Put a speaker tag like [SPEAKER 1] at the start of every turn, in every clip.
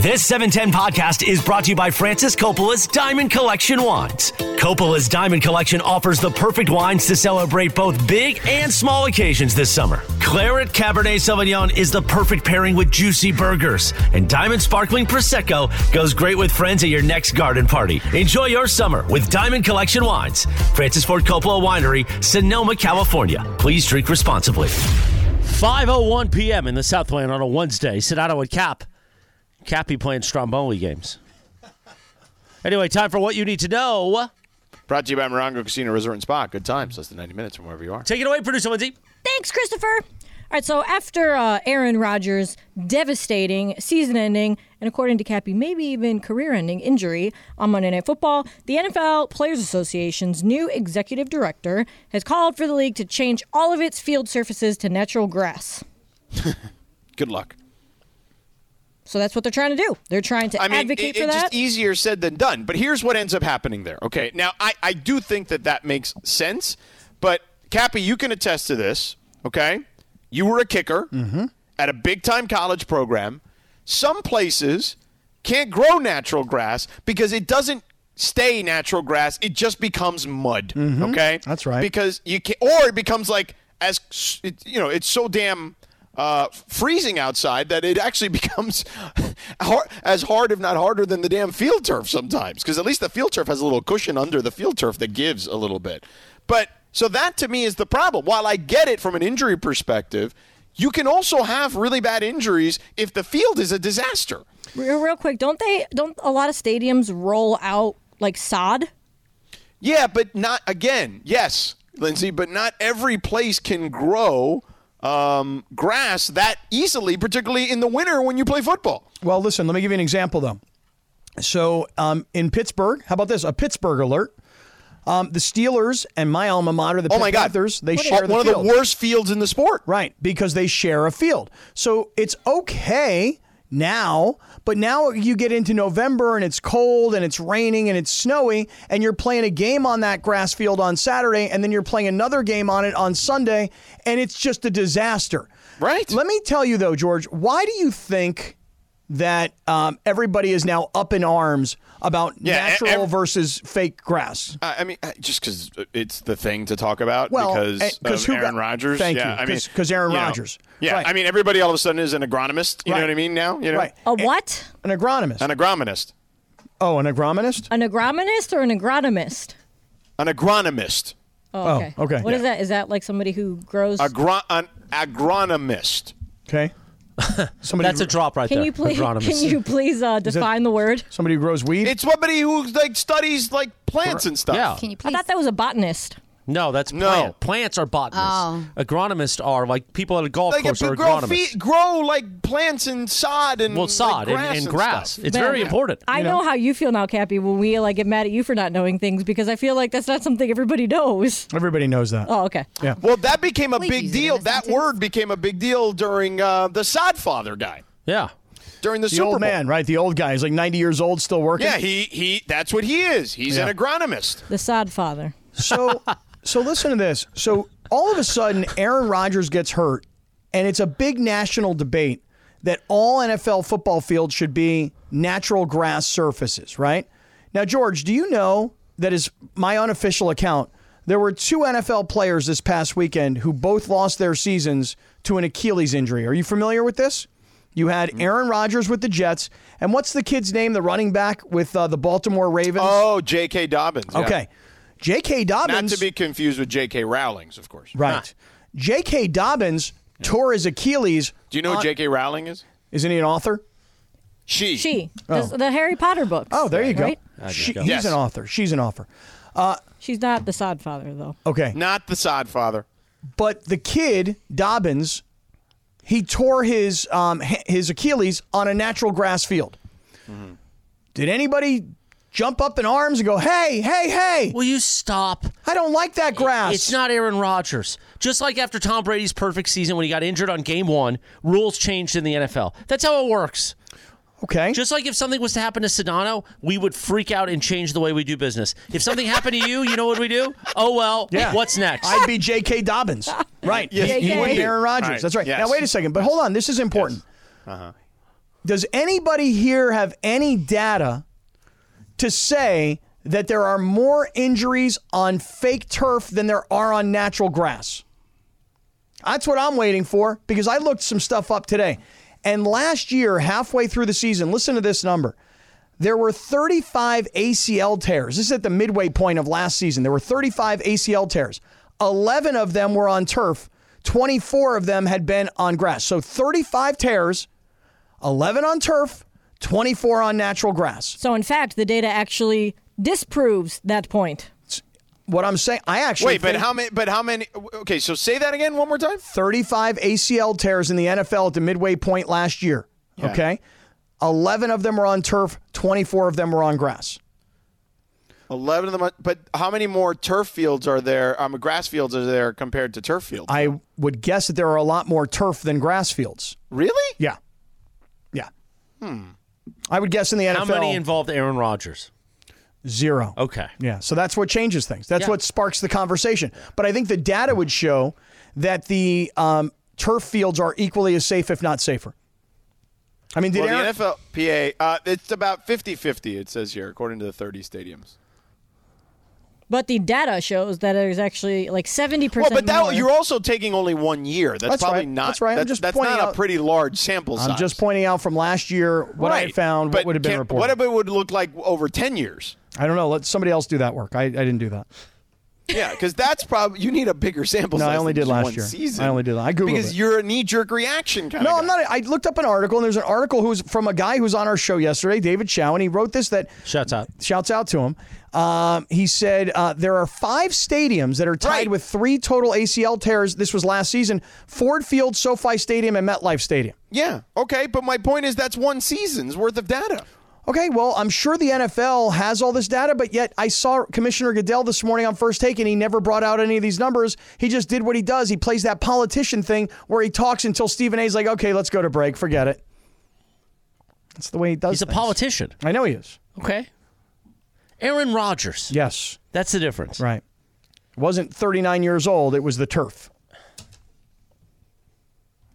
[SPEAKER 1] This 710 podcast is brought to you by Francis Coppola's Diamond Collection Wines. Coppola's Diamond Collection offers the perfect wines to celebrate both big and small occasions this summer. Claret Cabernet Sauvignon is the perfect pairing with juicy burgers, and Diamond Sparkling Prosecco goes great with friends at your next garden party. Enjoy your summer with Diamond Collection Wines. Francis Ford Coppola Winery, Sonoma, California. Please drink responsibly.
[SPEAKER 2] 5:01 p.m. in the Southland on a Wednesday. Sedano and Cap. Cappy playing Stromboli games. Anyway, time for what you need to know.
[SPEAKER 3] Brought to you by Morongo Casino Resort and Spa. Good times, less than 90 minutes from wherever you are.
[SPEAKER 2] Take it away, producer Lindsay.
[SPEAKER 4] Thanks, Christopher. All right, so after uh, Aaron Rodgers' devastating, season ending, and according to Cappy, maybe even career ending injury on Monday Night Football, the NFL Players Association's new executive director has called for the league to change all of its field surfaces to natural grass.
[SPEAKER 3] Good luck.
[SPEAKER 4] So that's what they're trying to do. They're trying to
[SPEAKER 3] I mean,
[SPEAKER 4] advocate
[SPEAKER 3] it-
[SPEAKER 4] for
[SPEAKER 3] it's
[SPEAKER 4] that.
[SPEAKER 3] just easier said than done. But here's what ends up happening there. Okay, now I, I do think that that makes sense. But Cappy, you can attest to this. Okay, you were a kicker
[SPEAKER 5] Mm-hmm.
[SPEAKER 3] at a big time college program. Some places can't grow natural grass because it doesn't stay natural grass. It just becomes mud. Okay,
[SPEAKER 5] Mm-hmm. That's right.
[SPEAKER 3] Because you can, or it becomes like as it, you know, it's so damn uh, freezing outside that it actually becomes hard, as hard, if not harder, than the damn field turf sometimes. Because at least the field turf has a little cushion under the field turf that gives a little bit. But so that to me is the problem. While I get it from an injury perspective, you can also have really bad injuries if the field is a disaster.
[SPEAKER 4] real, real quick, don't they? Don't a lot of stadiums roll out like sod?
[SPEAKER 3] Yeah, but not again. Yes, Lindsay, but not every place can grow um, grass that easily, particularly in the winter when you play football.
[SPEAKER 5] Well, listen, let me give you an example, though. So um, in Pittsburgh, how about this? A Pittsburgh alert. Um, the Steelers and my alma mater, the
[SPEAKER 3] Oh
[SPEAKER 5] Pitt
[SPEAKER 3] my God,
[SPEAKER 5] Panthers, they
[SPEAKER 3] What is-
[SPEAKER 5] share the
[SPEAKER 3] one of the
[SPEAKER 5] field.
[SPEAKER 3] worst fields in the sport.
[SPEAKER 5] Right, because they share a field. So it's okay now, but now you get into November and it's cold and it's raining and it's snowy, and you're playing a game on that grass field on Saturday, and then you're playing another game on it on Sunday, and it's just a disaster.
[SPEAKER 3] Right.
[SPEAKER 5] Let me tell you, though, George, why do you think that um, everybody is now up in arms about
[SPEAKER 3] Yeah, e-
[SPEAKER 5] natural
[SPEAKER 3] ev-
[SPEAKER 5] versus fake grass?
[SPEAKER 3] I I mean, I- just because it's the thing to talk about
[SPEAKER 5] Well, eh,
[SPEAKER 3] because
[SPEAKER 5] 'cause
[SPEAKER 3] of
[SPEAKER 5] who
[SPEAKER 3] Aaron
[SPEAKER 5] got-
[SPEAKER 3] Rodgers.
[SPEAKER 5] thank
[SPEAKER 3] yeah,
[SPEAKER 5] you,
[SPEAKER 3] I mean,
[SPEAKER 5] 'cause- 'cause Aaron
[SPEAKER 3] you know,
[SPEAKER 5] Rodgers.
[SPEAKER 3] yeah,
[SPEAKER 5] Right.
[SPEAKER 3] I mean, everybody all of a sudden is an agronomist. You
[SPEAKER 5] Right.
[SPEAKER 3] know what I mean? Now, you know,
[SPEAKER 5] Right.
[SPEAKER 4] A what?
[SPEAKER 5] An agronomist.
[SPEAKER 3] an agronomist,
[SPEAKER 5] oh, an agronomist?
[SPEAKER 4] An agronomist or an agronomist?
[SPEAKER 3] an agronomist,
[SPEAKER 4] Oh,
[SPEAKER 5] Oh,
[SPEAKER 4] okay.
[SPEAKER 5] okay.
[SPEAKER 4] What is
[SPEAKER 5] Yeah.
[SPEAKER 4] that? Is that like somebody who grows?
[SPEAKER 3] Agro- an agronomist.
[SPEAKER 5] Okay. Somebody
[SPEAKER 2] That's a drop right
[SPEAKER 4] can
[SPEAKER 2] there.
[SPEAKER 4] you please?
[SPEAKER 2] Agronomist.
[SPEAKER 4] Can you please uh, define the word?
[SPEAKER 5] Somebody who grows weed.
[SPEAKER 3] It's somebody who like studies like plants and stuff.
[SPEAKER 2] Yeah.
[SPEAKER 6] Can you
[SPEAKER 4] I
[SPEAKER 6] please?
[SPEAKER 4] thought that was a botanist.
[SPEAKER 2] No, that's
[SPEAKER 3] No.
[SPEAKER 2] plant. Plants are botanists.
[SPEAKER 6] Oh.
[SPEAKER 2] Agronomists are like people at a golf
[SPEAKER 3] like if
[SPEAKER 2] course
[SPEAKER 3] you
[SPEAKER 2] are
[SPEAKER 3] grow
[SPEAKER 2] agronomists.
[SPEAKER 3] feet, grow like plants and sod and
[SPEAKER 2] well, sod
[SPEAKER 3] like,
[SPEAKER 2] and-
[SPEAKER 3] grass
[SPEAKER 2] and,
[SPEAKER 3] and
[SPEAKER 2] grass.
[SPEAKER 3] stuff.
[SPEAKER 2] It's
[SPEAKER 4] Man,
[SPEAKER 2] very important.
[SPEAKER 4] I know. how you feel now, Cappy. When we like get mad at you for not knowing things because I feel like that's not something everybody knows.
[SPEAKER 5] Everybody knows that.
[SPEAKER 4] Oh, okay.
[SPEAKER 3] Well, that became a
[SPEAKER 6] Please
[SPEAKER 3] big
[SPEAKER 6] use it in
[SPEAKER 3] deal.
[SPEAKER 6] a
[SPEAKER 3] That
[SPEAKER 6] sentence.
[SPEAKER 3] word became a big deal during uh, the sod father guy
[SPEAKER 2] yeah.
[SPEAKER 3] during the,
[SPEAKER 5] the
[SPEAKER 3] Super
[SPEAKER 5] old
[SPEAKER 3] Bowl.
[SPEAKER 5] man, right? The old guy. He's like 90 years old, still working.
[SPEAKER 3] Yeah, he he. That's what he is. He's an agronomist.
[SPEAKER 4] The sod father.
[SPEAKER 5] So, so listen to this. So all of a sudden, Aaron Rodgers gets hurt, and it's a big national debate that all NFL football fields should be natural grass surfaces, right? Now, George, do you know that is my unofficial account? There were two NFL players this past weekend who both lost their seasons to an Achilles injury. Are you familiar with this? You
[SPEAKER 3] Mm-hmm.
[SPEAKER 5] had Aaron Rodgers with the Jets, and what's the kid's name, the running back with uh, the Baltimore Ravens?
[SPEAKER 3] Oh, J.K. Dobbins. yeah.
[SPEAKER 5] okay. J.K.
[SPEAKER 3] Not
[SPEAKER 5] Dobbins.
[SPEAKER 3] to be confused with J.K. Rowling's, of course.
[SPEAKER 5] Right. J.K. Dobbins tore his Achilles.
[SPEAKER 3] Do you
[SPEAKER 2] Uh,
[SPEAKER 3] know who J.K. Rowling is?
[SPEAKER 5] Isn't he an author?
[SPEAKER 3] She.
[SPEAKER 4] She. The, the Harry Potter books.
[SPEAKER 5] Oh, there you go.
[SPEAKER 4] Right?
[SPEAKER 5] She- he's
[SPEAKER 3] Yes.
[SPEAKER 5] an author. She's an author.
[SPEAKER 4] She's not the sod father though.
[SPEAKER 5] Okay.
[SPEAKER 3] Not the sod father.
[SPEAKER 5] But the kid, Dobbins, he tore his um, h- his Achilles on a natural grass field.
[SPEAKER 3] Mm-hmm.
[SPEAKER 5] Did anybody jump up in arms and go, "Hey, hey, hey!
[SPEAKER 2] Will you stop?
[SPEAKER 5] I don't like that grass."
[SPEAKER 2] It's not Aaron Rodgers. Just like after Tom Brady's perfect season when he got injured on game one, rules changed in the NFL. That's how it works.
[SPEAKER 5] okay.
[SPEAKER 2] Just like if something was to happen to Sedano, we would freak out and change the way we do business. If something happened to you, you know what we do? Oh, well, what's next?
[SPEAKER 5] I'd be J.K. Dobbins, right?
[SPEAKER 3] Yes,
[SPEAKER 5] He-
[SPEAKER 4] you
[SPEAKER 5] he
[SPEAKER 4] would
[SPEAKER 5] would
[SPEAKER 4] be.
[SPEAKER 5] Aaron Rodgers.
[SPEAKER 3] All right,
[SPEAKER 5] That's right.
[SPEAKER 3] yes. Uh-huh.
[SPEAKER 5] Now wait a second, but hold on. This is important. Does anybody here have any data to say that there are more injuries on fake turf than there are on natural grass? That's what I'm waiting for because I looked some stuff up today. And last year, halfway through the season, listen to this number. There were 35 ACL tears. This is at the midway point of last season. There were 35 ACL tears. 11 of them were on turf, 24 of them had been on grass. So 35 tears, 11 on turf, 24 on natural grass.
[SPEAKER 4] So, in fact, the data actually disproves that point.
[SPEAKER 5] What I'm saying, I actually
[SPEAKER 3] Wait, but
[SPEAKER 5] think
[SPEAKER 3] how many? But how many? Okay, so say that again one more time.
[SPEAKER 5] 35 ACL tears in the NFL at the midway point last year. Okay. 11 of them were on turf, 24 of them were on grass.
[SPEAKER 3] Eleven of them. are- But how many more turf fields are there? Um, grass fields are there compared to turf fields?
[SPEAKER 5] I would guess that there are a lot more turf than grass fields.
[SPEAKER 3] really?
[SPEAKER 5] Yeah. Yeah. Hmm. I would guess in the NFL,
[SPEAKER 2] How many involved Aaron Rodgers?
[SPEAKER 5] zero.
[SPEAKER 2] Okay.
[SPEAKER 5] Yeah. So that's what changes things. That's
[SPEAKER 2] Yeah.
[SPEAKER 5] what sparks the conversation. But I think the data would show that the um, turf fields are equally as safe, if not safer. I mean, did
[SPEAKER 3] Well,
[SPEAKER 5] Aaron,
[SPEAKER 3] the NFLPA, uh, it's about 50-50, It says here, according to the thirty stadiums.
[SPEAKER 4] But the data shows that there's actually like 70%
[SPEAKER 3] Well, but
[SPEAKER 4] more.
[SPEAKER 3] that you're also taking only one year. That's,
[SPEAKER 5] That's
[SPEAKER 3] probably
[SPEAKER 5] right.
[SPEAKER 3] not.
[SPEAKER 5] That's right. I'm
[SPEAKER 3] That's,
[SPEAKER 5] just
[SPEAKER 3] that's
[SPEAKER 5] pointing
[SPEAKER 3] not
[SPEAKER 5] out-
[SPEAKER 3] a pretty large sample size.
[SPEAKER 5] I'm just pointing out from last year what I
[SPEAKER 3] Right.
[SPEAKER 5] found,
[SPEAKER 3] But
[SPEAKER 5] what would have been
[SPEAKER 3] can-
[SPEAKER 5] reported.
[SPEAKER 3] What if it would look like over ten years?
[SPEAKER 5] I don't know. Let somebody else do that work. I, I didn't do that.
[SPEAKER 3] Yeah, because that's probably you need a bigger sample
[SPEAKER 5] No, I
[SPEAKER 3] size.
[SPEAKER 5] only
[SPEAKER 3] than
[SPEAKER 5] did
[SPEAKER 3] just
[SPEAKER 5] last
[SPEAKER 3] one
[SPEAKER 5] year.
[SPEAKER 3] Season.
[SPEAKER 5] I only did that. I Googled
[SPEAKER 3] because
[SPEAKER 5] it.
[SPEAKER 3] you're a knee jerk reaction kind
[SPEAKER 5] No,
[SPEAKER 3] of.
[SPEAKER 5] I'm not. I looked up an article, and there's an article who's from a guy who's on our show yesterday, David Chow, and he wrote this that
[SPEAKER 2] Shouts out.
[SPEAKER 5] shouts out to him. Um, he said uh, there are five stadiums that are tied
[SPEAKER 3] Right.
[SPEAKER 5] with three total ACL tears. This was last season: Ford Field, SoFi Stadium, and MetLife Stadium.
[SPEAKER 3] Yeah. Okay, but my point is that's one season's worth of data.
[SPEAKER 5] Okay, well, I'm sure the NFL has all this data, but yet I saw Commissioner Goodell this morning on First Take, and he never brought out any of these numbers. He just did what he does. He plays that politician thing where he talks until Stephen A's like, okay, let's go to break. Forget it. That's the way he does
[SPEAKER 2] He's a
[SPEAKER 5] things.
[SPEAKER 2] politician.
[SPEAKER 5] I know he is.
[SPEAKER 2] Okay. Aaron Rodgers.
[SPEAKER 5] Yes.
[SPEAKER 2] That's the difference.
[SPEAKER 5] Right. Wasn't 39 years old. It was the turf.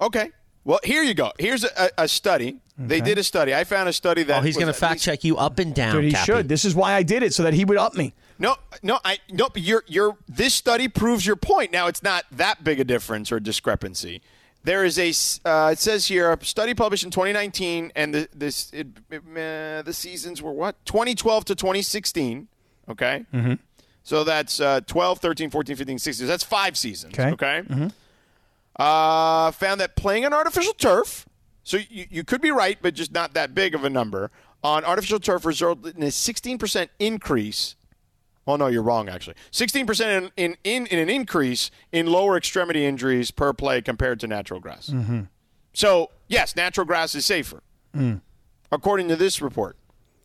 [SPEAKER 3] Okay. Well, here you go. Here's a, a, a study. They did a study. I found a study that
[SPEAKER 2] Oh, he's
[SPEAKER 3] was
[SPEAKER 2] going to
[SPEAKER 3] at
[SPEAKER 2] fact
[SPEAKER 3] least-
[SPEAKER 2] check you up and down.
[SPEAKER 5] Dude, he
[SPEAKER 2] Cappy.
[SPEAKER 5] should. This is why I did it, so that he would up me.
[SPEAKER 3] No, no, I no. but Your your this study proves your point. Now it's not that big a difference or discrepancy. There is a s- uh, it says here a study published in 2019 and the, this it, it, uh, the seasons were what 2012 to 2016. Okay, mm-hmm. so that's uh, 12, 13, 14, 15, 16. That's five seasons.
[SPEAKER 5] Okay.
[SPEAKER 3] okay? uh, found that playing on artificial turf, so you, you could be right, but just not that big of a number, on artificial turf resulted in a 16% increase. Oh, no, you're wrong, actually. 16% in, in, in, in an increase in lower extremity injuries per play compared to natural grass. So, yes, natural grass is safer, according to this report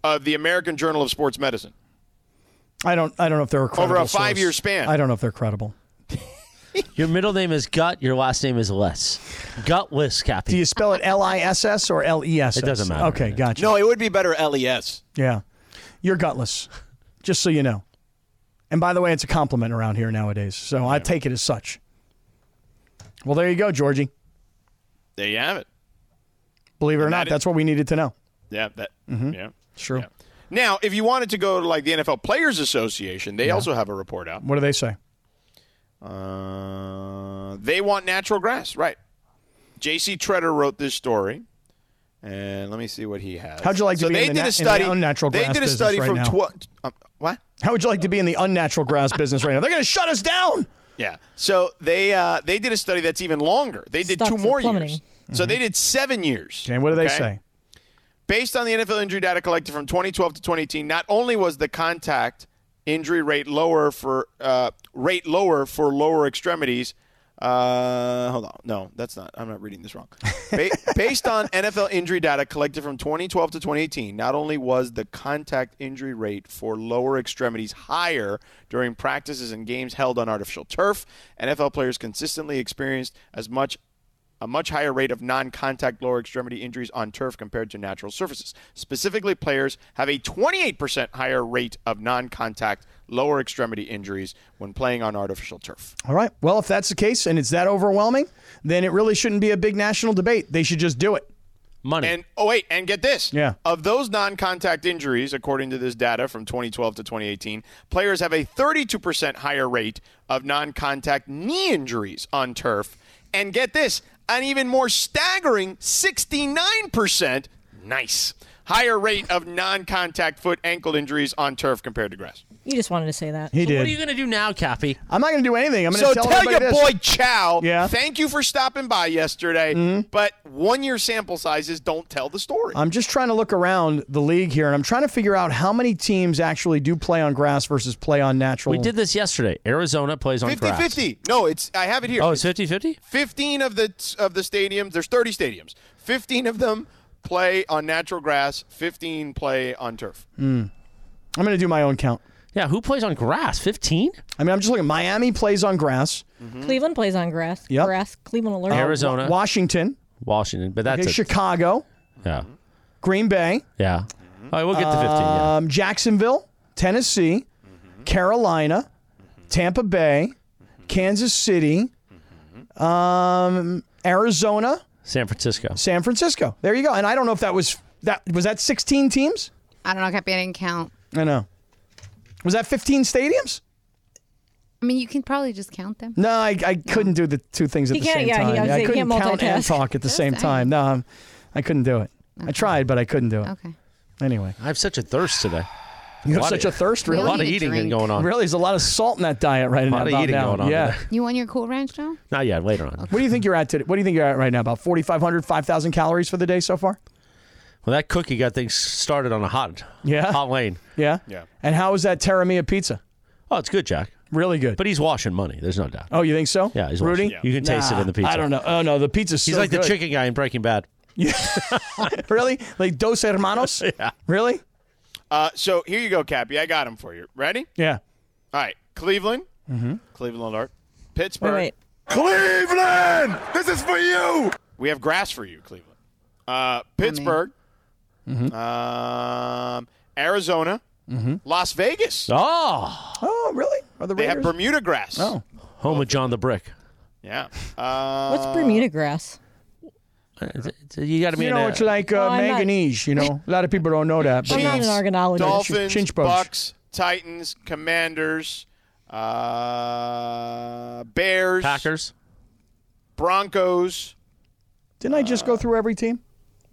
[SPEAKER 3] of the American Journal of Sports Medicine.
[SPEAKER 5] I don't. I don't know if they're a credible source.
[SPEAKER 3] five-year span.
[SPEAKER 5] I don't know if they're credible.
[SPEAKER 2] Your middle name is Gut. Your last name is Less. Gutless, Cappy.
[SPEAKER 5] Do you spell it L I S S or L E S?
[SPEAKER 2] It doesn't matter.
[SPEAKER 5] Okay, gotcha.
[SPEAKER 3] No, it would be better E LES.
[SPEAKER 5] Yeah. You're gutless, just so you know. And by the way, it's a compliment around here nowadays, so I take it as such. Well, there you go, Georgie.
[SPEAKER 3] There you have it.
[SPEAKER 5] Believe it or not,
[SPEAKER 3] that is-
[SPEAKER 5] that's what we needed to know.
[SPEAKER 3] Yeah, that. Yeah.
[SPEAKER 5] True.
[SPEAKER 3] Yeah. Now, if you wanted to go to like the NFL Players Association, they also have a report out.
[SPEAKER 5] What do they say?
[SPEAKER 3] Uh, they want natural grass, right? J.C. Treader wrote this story, and let me see what he has.
[SPEAKER 5] How'd you like to
[SPEAKER 3] so
[SPEAKER 5] be in
[SPEAKER 3] they did
[SPEAKER 5] the na- in the
[SPEAKER 3] a study
[SPEAKER 5] unnatural
[SPEAKER 3] They
[SPEAKER 5] grass
[SPEAKER 3] did a
[SPEAKER 5] business
[SPEAKER 3] study
[SPEAKER 5] right
[SPEAKER 3] from
[SPEAKER 5] now?
[SPEAKER 3] tw- um, what?
[SPEAKER 5] How would you like to be in the unnatural grass business right now? They're going to shut us down.
[SPEAKER 3] Yeah. So they uh, they did a study that's even longer. They did
[SPEAKER 4] Stocks
[SPEAKER 3] two
[SPEAKER 4] are
[SPEAKER 3] more
[SPEAKER 4] plummeting.
[SPEAKER 3] years. So they did seven years.
[SPEAKER 5] Okay, Mm-hmm. what do they
[SPEAKER 3] okay?
[SPEAKER 5] say?
[SPEAKER 3] Based on the NFL injury data collected from 2012 to 2018, not only was the contact injury rate lower for uh, rate lower for lower extremities, Uh, hold on. No, that's not. I'm not reading this wrong. Ba- based on NFL injury data collected from 2012 to 2018, not only was the contact injury rate for lower extremities higher during practices and games held on artificial turf, NFL players consistently experienced as much a much higher rate of non-contact lower extremity injuries on turf compared to natural surfaces. Specifically, players have a 28% higher rate of non-contact lower extremity injuries when playing on artificial turf.
[SPEAKER 5] All right. Well, if that's the case and it's that overwhelming, then it really shouldn't be a big national debate. They should just do it.
[SPEAKER 2] Money.
[SPEAKER 3] And oh wait, and get this.
[SPEAKER 5] Yeah.
[SPEAKER 3] Of those non-contact injuries, according to this data from 2012 to 2018, players have a 32% higher rate of non-contact knee injuries on turf. And get this, an even more staggering 69%, nice. Higher rate of non-contact foot ankle injuries on turf compared to grass.
[SPEAKER 4] You just wanted to say that.
[SPEAKER 5] He
[SPEAKER 2] what are you going to do now, Cappy?
[SPEAKER 5] I'm not going to do anything. I'm going to
[SPEAKER 3] So
[SPEAKER 5] tell,
[SPEAKER 3] tell,
[SPEAKER 5] everybody
[SPEAKER 3] your
[SPEAKER 5] this.
[SPEAKER 3] boy Chow,
[SPEAKER 5] Yeah. Mm-hmm.
[SPEAKER 3] thank you for stopping by yesterday, but one-year sample sizes don't tell the story.
[SPEAKER 5] I'm just trying to look around the league here, and I'm trying to figure out how many teams actually do play on grass versus play on natural.
[SPEAKER 2] We did this yesterday. Arizona plays on grass.
[SPEAKER 3] 50-50. No, it's I have it here.
[SPEAKER 2] Oh, it's 50-50?
[SPEAKER 3] 15 of the of the stadiums, there's 30 stadiums. 15 of them play on natural grass, 15 play on turf.
[SPEAKER 5] I'm going to do my own count.
[SPEAKER 2] Yeah, who plays on grass? 15?
[SPEAKER 5] I mean, I'm just looking. Miami plays on grass.
[SPEAKER 4] Cleveland plays on grass.
[SPEAKER 5] Yep.
[SPEAKER 4] Grass. Cleveland
[SPEAKER 5] Uh,
[SPEAKER 4] alert.
[SPEAKER 2] Arizona,
[SPEAKER 5] Washington,
[SPEAKER 2] Washington, but that's
[SPEAKER 5] okay,
[SPEAKER 2] a-
[SPEAKER 5] Chicago,
[SPEAKER 2] yeah,
[SPEAKER 5] Green Bay,
[SPEAKER 2] yeah. All right, we'll get to 15. Yeah.
[SPEAKER 5] um, Jacksonville, Tennessee,
[SPEAKER 2] Mm-hmm.
[SPEAKER 5] Carolina, Tampa Bay, Kansas City,
[SPEAKER 2] Mm-hmm.
[SPEAKER 5] um, Arizona,
[SPEAKER 2] San Francisco.
[SPEAKER 5] San Francisco. There you go. And I don't know if that was that was that 16 teams.
[SPEAKER 6] I don't know, Cappy. I didn't count.
[SPEAKER 5] I know. Was that 15 stadiums?
[SPEAKER 6] I mean, you can probably just count them.
[SPEAKER 5] No, I, I couldn't do the two things at
[SPEAKER 4] He
[SPEAKER 5] the
[SPEAKER 4] can't-
[SPEAKER 5] same
[SPEAKER 4] yeah, he-
[SPEAKER 5] time.
[SPEAKER 4] I was
[SPEAKER 5] I
[SPEAKER 4] saying, he
[SPEAKER 5] couldn't
[SPEAKER 4] can't
[SPEAKER 5] count and
[SPEAKER 4] multitask.
[SPEAKER 5] talk at the same
[SPEAKER 6] dang.
[SPEAKER 5] time. No, I'm, I couldn't do it. I tried, but I couldn't do it.
[SPEAKER 6] Okay.
[SPEAKER 5] Anyway,
[SPEAKER 2] I have such a thirst today.
[SPEAKER 5] you have
[SPEAKER 2] lot
[SPEAKER 5] such
[SPEAKER 2] of-
[SPEAKER 5] a thirst,
[SPEAKER 2] A
[SPEAKER 5] really.
[SPEAKER 2] lot of
[SPEAKER 6] need a
[SPEAKER 2] eating
[SPEAKER 6] drink.
[SPEAKER 2] going on.
[SPEAKER 5] Really, there's a lot of salt in that diet right now.
[SPEAKER 2] lot of
[SPEAKER 5] about
[SPEAKER 2] eating
[SPEAKER 5] now.
[SPEAKER 2] going on
[SPEAKER 5] Yeah.
[SPEAKER 2] today.
[SPEAKER 6] You want your Cool Ranch now?
[SPEAKER 2] Not yet. Later on.
[SPEAKER 5] What do you think you're at today? What do you think you're at right now? About 4,500, 5,000 calories for the day so far?
[SPEAKER 2] Well, that cookie got things started on a hot,
[SPEAKER 5] Yeah.
[SPEAKER 2] hot lane.
[SPEAKER 5] Yeah.
[SPEAKER 3] Yeah.
[SPEAKER 5] And how is that Terramia pizza?
[SPEAKER 2] Oh, it's good, Jack.
[SPEAKER 5] Really good.
[SPEAKER 2] But he's washing money. There's no doubt.
[SPEAKER 5] oh, you think so?
[SPEAKER 2] Yeah, he's
[SPEAKER 5] Rudy.
[SPEAKER 2] washing. You can taste it in the
[SPEAKER 5] Nah,
[SPEAKER 2] pizza.
[SPEAKER 5] I don't know. Oh no, the pizza's
[SPEAKER 2] He's
[SPEAKER 5] so
[SPEAKER 2] like the
[SPEAKER 5] good.
[SPEAKER 2] chicken guy in Breaking Bad.
[SPEAKER 5] really? Like Dos Hermanos? yeah. Really?
[SPEAKER 3] Uh, so here you go, Cappy. I got them for you. Ready?
[SPEAKER 5] Yeah.
[SPEAKER 3] All right. Cleveland. Cleveland alert.
[SPEAKER 4] Wait,
[SPEAKER 3] Pittsburgh.
[SPEAKER 4] wait.
[SPEAKER 7] Cleveland, this is for you.
[SPEAKER 3] We have grass for you, Cleveland. Uh, Pittsburgh. Um, Arizona. Las Vegas.
[SPEAKER 2] Oh,
[SPEAKER 5] Oh, really? Are the
[SPEAKER 3] They
[SPEAKER 5] Raiders?
[SPEAKER 3] have Bermuda grass.
[SPEAKER 5] Oh.
[SPEAKER 2] home with John the Brick.
[SPEAKER 3] Yeah. Uh,
[SPEAKER 4] What's Bermuda grass?
[SPEAKER 2] It's- it's- You got to be
[SPEAKER 5] you
[SPEAKER 2] in
[SPEAKER 5] know,
[SPEAKER 2] a-
[SPEAKER 5] it's like uh,
[SPEAKER 4] No, I'm not-
[SPEAKER 5] manganese. You know, a lot of people don't know that. But
[SPEAKER 4] I'm not an
[SPEAKER 3] Chiefs,
[SPEAKER 4] organologist.
[SPEAKER 3] Dolphins,
[SPEAKER 5] Chinch bugs.
[SPEAKER 3] Bucks, Titans, Commanders, uh, Bears,
[SPEAKER 2] Packers.
[SPEAKER 3] Broncos.
[SPEAKER 5] didn't I just go through every team?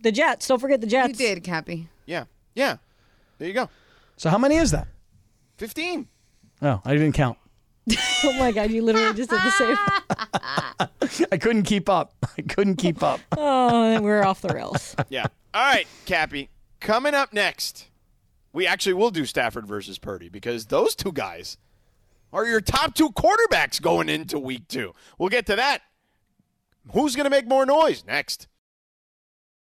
[SPEAKER 4] The Jets. Don't forget the
[SPEAKER 6] You
[SPEAKER 4] Jets.
[SPEAKER 6] did, Cappy.
[SPEAKER 3] Yeah, yeah. There you go.
[SPEAKER 5] So how many is that?
[SPEAKER 3] Fifteen.
[SPEAKER 5] Oh, I didn't count.
[SPEAKER 4] Oh my God! You literally just did the same.
[SPEAKER 5] I couldn't keep up. I couldn't keep up.
[SPEAKER 4] Oh, and we're off the rails.
[SPEAKER 3] Yeah. All right, Cappy. Coming up next, we actually will do Stafford versus Purdy because those two guys are your top two quarterbacks going into Week Two. We'll get to that. Who's going to make more noise next?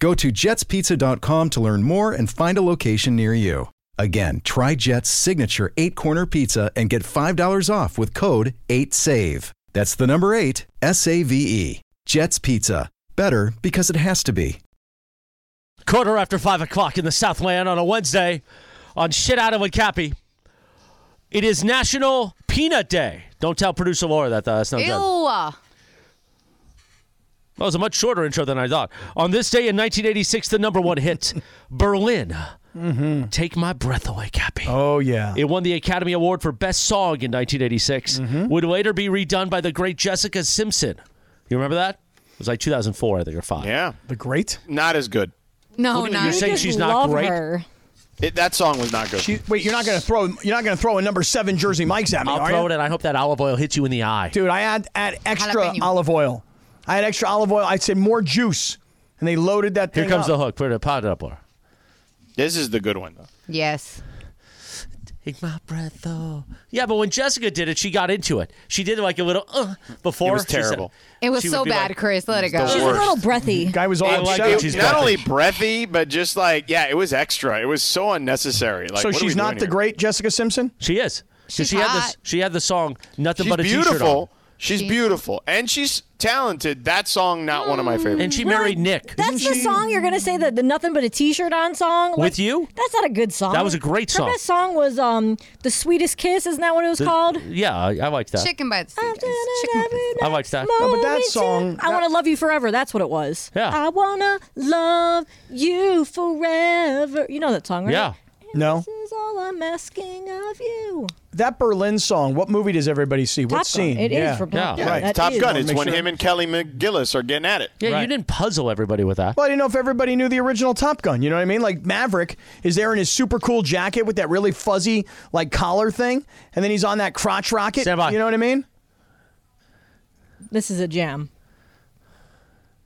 [SPEAKER 8] Go to jetspizza.com to learn more and find a location near you. Again, try Jet's signature eight corner pizza and get $5 off with code 8SAVE. That's the number eight, S A V E. Jet's Pizza. Better because it has to be.
[SPEAKER 2] Quarter after five o'clock in the Southland on a Wednesday on Shit Out of a Cappy. It is National Peanut Day. Don't tell producer Laura that, though. That's not
[SPEAKER 6] Ew.
[SPEAKER 2] good. That was a much shorter intro than I thought. On this day in 1986, the number one hit, Berlin. Take my breath away, Cappy.
[SPEAKER 5] Mm-hmm. Oh, yeah.
[SPEAKER 2] It won the Academy Award for Best Song in 1986.
[SPEAKER 5] Mm-hmm.
[SPEAKER 2] Would later be redone by the great Jessica Simpson. You remember that? It was like 2004, I think, or five.
[SPEAKER 3] Yeah.
[SPEAKER 5] The great?
[SPEAKER 3] Not as good.
[SPEAKER 6] No,
[SPEAKER 2] What are
[SPEAKER 6] no.
[SPEAKER 2] you saying? She's not
[SPEAKER 4] love
[SPEAKER 2] great?
[SPEAKER 4] her.
[SPEAKER 3] It, that song was not good.
[SPEAKER 5] She, wait, you're not gonna throw you're not gonna throw a number seven Jersey Mike's at me,
[SPEAKER 2] I'll
[SPEAKER 5] are
[SPEAKER 2] throw
[SPEAKER 5] you?
[SPEAKER 2] it, and I hope that olive oil hits you in the eye.
[SPEAKER 5] Dude, I had add extra
[SPEAKER 6] Jalapeno.
[SPEAKER 5] olive oil. I had extra olive oil. I'd say more juice, and they loaded that.
[SPEAKER 2] Here
[SPEAKER 5] thing
[SPEAKER 2] comes
[SPEAKER 5] up.
[SPEAKER 2] the hook. Put it, pot it up, Laura.
[SPEAKER 3] this is the good one, though.
[SPEAKER 6] Yes.
[SPEAKER 2] Take my breath though. Yeah, but when Jessica did it, she got into it. She did like a little uh, before.
[SPEAKER 3] It was
[SPEAKER 2] she said-
[SPEAKER 3] terrible.
[SPEAKER 6] It was
[SPEAKER 2] she would
[SPEAKER 6] so
[SPEAKER 2] be
[SPEAKER 6] bad,
[SPEAKER 2] like-
[SPEAKER 6] Chris. Let it go.
[SPEAKER 3] the
[SPEAKER 4] She's
[SPEAKER 3] worst.
[SPEAKER 4] a little breathy.
[SPEAKER 5] Guy was all
[SPEAKER 3] It-
[SPEAKER 5] upset.
[SPEAKER 3] it-
[SPEAKER 2] she's
[SPEAKER 3] not
[SPEAKER 2] breathy.
[SPEAKER 3] only breathy, but just like yeah, it was extra. It was so unnecessary. Like,
[SPEAKER 5] so
[SPEAKER 3] what are we
[SPEAKER 5] she's not
[SPEAKER 3] doing
[SPEAKER 5] the
[SPEAKER 3] here?
[SPEAKER 5] great Jessica Simpson.
[SPEAKER 2] She is. 'Cause
[SPEAKER 6] She's
[SPEAKER 2] she had
[SPEAKER 6] hot.
[SPEAKER 2] this. She had the song "Nothing
[SPEAKER 3] She's
[SPEAKER 2] But a T-Shirt on.
[SPEAKER 3] beautiful. She's beautiful, and she's talented. That song, not one of
[SPEAKER 4] Mm.
[SPEAKER 3] my favorites.
[SPEAKER 2] and she
[SPEAKER 4] Really?
[SPEAKER 2] married Nick.
[SPEAKER 4] That's the song you're gonna say that the nothing but a t-shirt on song Like,
[SPEAKER 2] With you?
[SPEAKER 4] That's not a good song.
[SPEAKER 2] That was a great song.
[SPEAKER 4] Her best song was um the sweetest kiss. Isn't that what it was called?
[SPEAKER 2] Yeah, I, I liked that.
[SPEAKER 6] Chicken bites. Chicken bites.
[SPEAKER 2] I liked that.
[SPEAKER 5] No, but that
[SPEAKER 4] Moment in-
[SPEAKER 5] song-
[SPEAKER 4] I want to love you forever. That's what it was.
[SPEAKER 2] Yeah.
[SPEAKER 4] I wanna love you forever. You know that song, right?
[SPEAKER 2] Yeah.
[SPEAKER 5] No,
[SPEAKER 4] This is all I'm asking of you.
[SPEAKER 5] that Berlin song. What movie does everybody see?
[SPEAKER 4] Top
[SPEAKER 5] what scene?
[SPEAKER 4] Gun. It is
[SPEAKER 5] yeah.
[SPEAKER 4] from Top
[SPEAKER 2] Yeah.
[SPEAKER 4] Gun.
[SPEAKER 5] Right.
[SPEAKER 4] That
[SPEAKER 3] Top
[SPEAKER 4] is-
[SPEAKER 3] Gun. It's
[SPEAKER 5] Make
[SPEAKER 3] when
[SPEAKER 5] sure-
[SPEAKER 3] him and Kelly McGillis are getting at it.
[SPEAKER 2] Yeah, you
[SPEAKER 5] Right.
[SPEAKER 2] didn't puzzle everybody with that.
[SPEAKER 5] Well, I didn't know if everybody knew the original Top Gun. You know what I mean? Like Maverick is there in his super cool jacket with that really fuzzy like collar thing, and then he's on that crotch rocket.
[SPEAKER 2] Stand by.
[SPEAKER 5] You know what I mean?
[SPEAKER 4] This is a jam.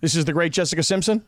[SPEAKER 5] This is the great Jessica Simpson.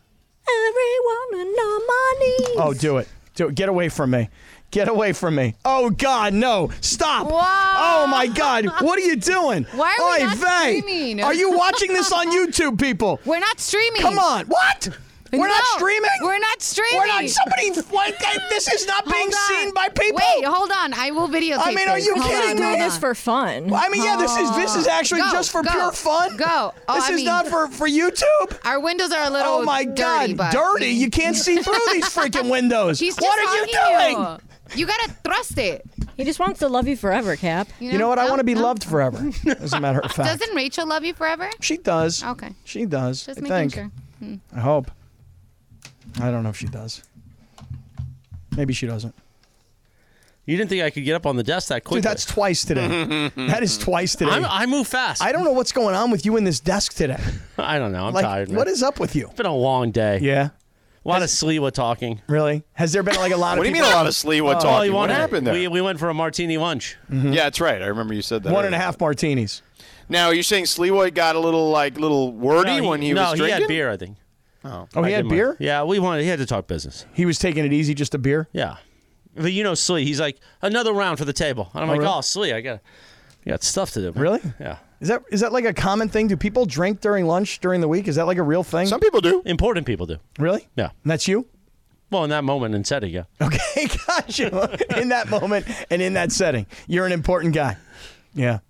[SPEAKER 4] Every woman on my knees.
[SPEAKER 5] Oh, do it. Do it. Get away from me. Get away from me. Oh God, no. Stop. Oh my God. What are you doing?
[SPEAKER 6] Why are we
[SPEAKER 5] Oy
[SPEAKER 6] not
[SPEAKER 5] vey.
[SPEAKER 6] streaming?
[SPEAKER 5] Are you watching this on YouTube, people?
[SPEAKER 6] We're not streaming.
[SPEAKER 5] Come on. What? We're not
[SPEAKER 6] No,
[SPEAKER 5] streaming?
[SPEAKER 6] We're not streaming.
[SPEAKER 5] We're not somebody like this is not being
[SPEAKER 6] Hold on.
[SPEAKER 5] seen by people.
[SPEAKER 6] Wait, hold on. I will videotape.
[SPEAKER 5] I mean, are
[SPEAKER 6] this.
[SPEAKER 5] you
[SPEAKER 6] Hold
[SPEAKER 5] kidding
[SPEAKER 6] on,
[SPEAKER 5] me?
[SPEAKER 4] do
[SPEAKER 6] hold
[SPEAKER 4] this
[SPEAKER 6] on.
[SPEAKER 4] for fun.
[SPEAKER 5] I mean, yeah, this is this is actually
[SPEAKER 6] Go,
[SPEAKER 5] just for
[SPEAKER 6] go,
[SPEAKER 5] pure fun.
[SPEAKER 6] go. Oh,
[SPEAKER 5] this
[SPEAKER 6] I
[SPEAKER 5] is
[SPEAKER 6] mean-
[SPEAKER 5] not for for YouTube.
[SPEAKER 6] Our windows are a little.
[SPEAKER 5] Oh my
[SPEAKER 6] dirty,
[SPEAKER 5] God,
[SPEAKER 6] but
[SPEAKER 5] dirty! You can't see through these freaking windows.
[SPEAKER 6] He's just
[SPEAKER 5] what are you
[SPEAKER 6] hugging
[SPEAKER 5] doing?
[SPEAKER 6] you. You gotta thrust it.
[SPEAKER 4] He just wants to love you forever, Cap.
[SPEAKER 6] You know,
[SPEAKER 5] You know what? I
[SPEAKER 6] No,
[SPEAKER 5] want to be
[SPEAKER 6] no.
[SPEAKER 5] loved forever. As a matter of fact,
[SPEAKER 6] Doesn't Rachel love you forever?
[SPEAKER 5] she does?
[SPEAKER 6] Okay.
[SPEAKER 5] she does.
[SPEAKER 6] Just
[SPEAKER 5] I
[SPEAKER 6] making
[SPEAKER 5] think.
[SPEAKER 6] sure.
[SPEAKER 5] I hope. I don't know if she does. Maybe she doesn't.
[SPEAKER 2] You didn't think I could get up on the desk that quickly.
[SPEAKER 5] Dude, that's twice today. that is twice today.
[SPEAKER 2] I'm, I move fast.
[SPEAKER 5] I
[SPEAKER 2] I,
[SPEAKER 5] don't know what's going on with you in this desk today.
[SPEAKER 2] don't know. I'm
[SPEAKER 5] like,
[SPEAKER 2] tired. Man.
[SPEAKER 5] what is up with you?
[SPEAKER 2] It's been a long day.
[SPEAKER 5] Yeah,
[SPEAKER 2] A lot of Sliwa talking.
[SPEAKER 5] really. Has there been like a lot
[SPEAKER 3] What
[SPEAKER 5] of
[SPEAKER 3] do you mean
[SPEAKER 5] people?
[SPEAKER 3] a lot of Sliwa talking? What
[SPEAKER 2] wanted-
[SPEAKER 3] happened there?
[SPEAKER 2] We, we went for a martini lunch.
[SPEAKER 3] Yeah, that's right. I remember you said that.
[SPEAKER 5] One and a
[SPEAKER 3] earlier.
[SPEAKER 5] half martinis.
[SPEAKER 3] Now, are you saying Sliwa got a little like little wordy
[SPEAKER 2] no,
[SPEAKER 3] when he
[SPEAKER 2] no,
[SPEAKER 3] was
[SPEAKER 2] he
[SPEAKER 3] drinking?
[SPEAKER 2] had beer, I think.
[SPEAKER 5] Oh, he
[SPEAKER 2] I
[SPEAKER 5] had
[SPEAKER 2] didn't mind.
[SPEAKER 5] beer.
[SPEAKER 2] Yeah, we wanted. He had to talk business.
[SPEAKER 5] He was taking it easy, just a beer.
[SPEAKER 2] Yeah, but you know, Slee, he's like another round for the table, and I'm like,
[SPEAKER 5] really?
[SPEAKER 2] oh, Slee, I got, I got stuff to do. man."
[SPEAKER 5] Really?
[SPEAKER 2] Yeah.
[SPEAKER 5] Is that is that like a common thing? Do people drink during lunch during the week? Is that like a real thing?
[SPEAKER 3] Some people do.
[SPEAKER 2] Important people do.
[SPEAKER 5] really?
[SPEAKER 2] Yeah.
[SPEAKER 5] And that's you.
[SPEAKER 2] Well, in that moment in setting, yeah.
[SPEAKER 5] Okay, gotcha. in that moment and in that setting, you're an important guy. Yeah.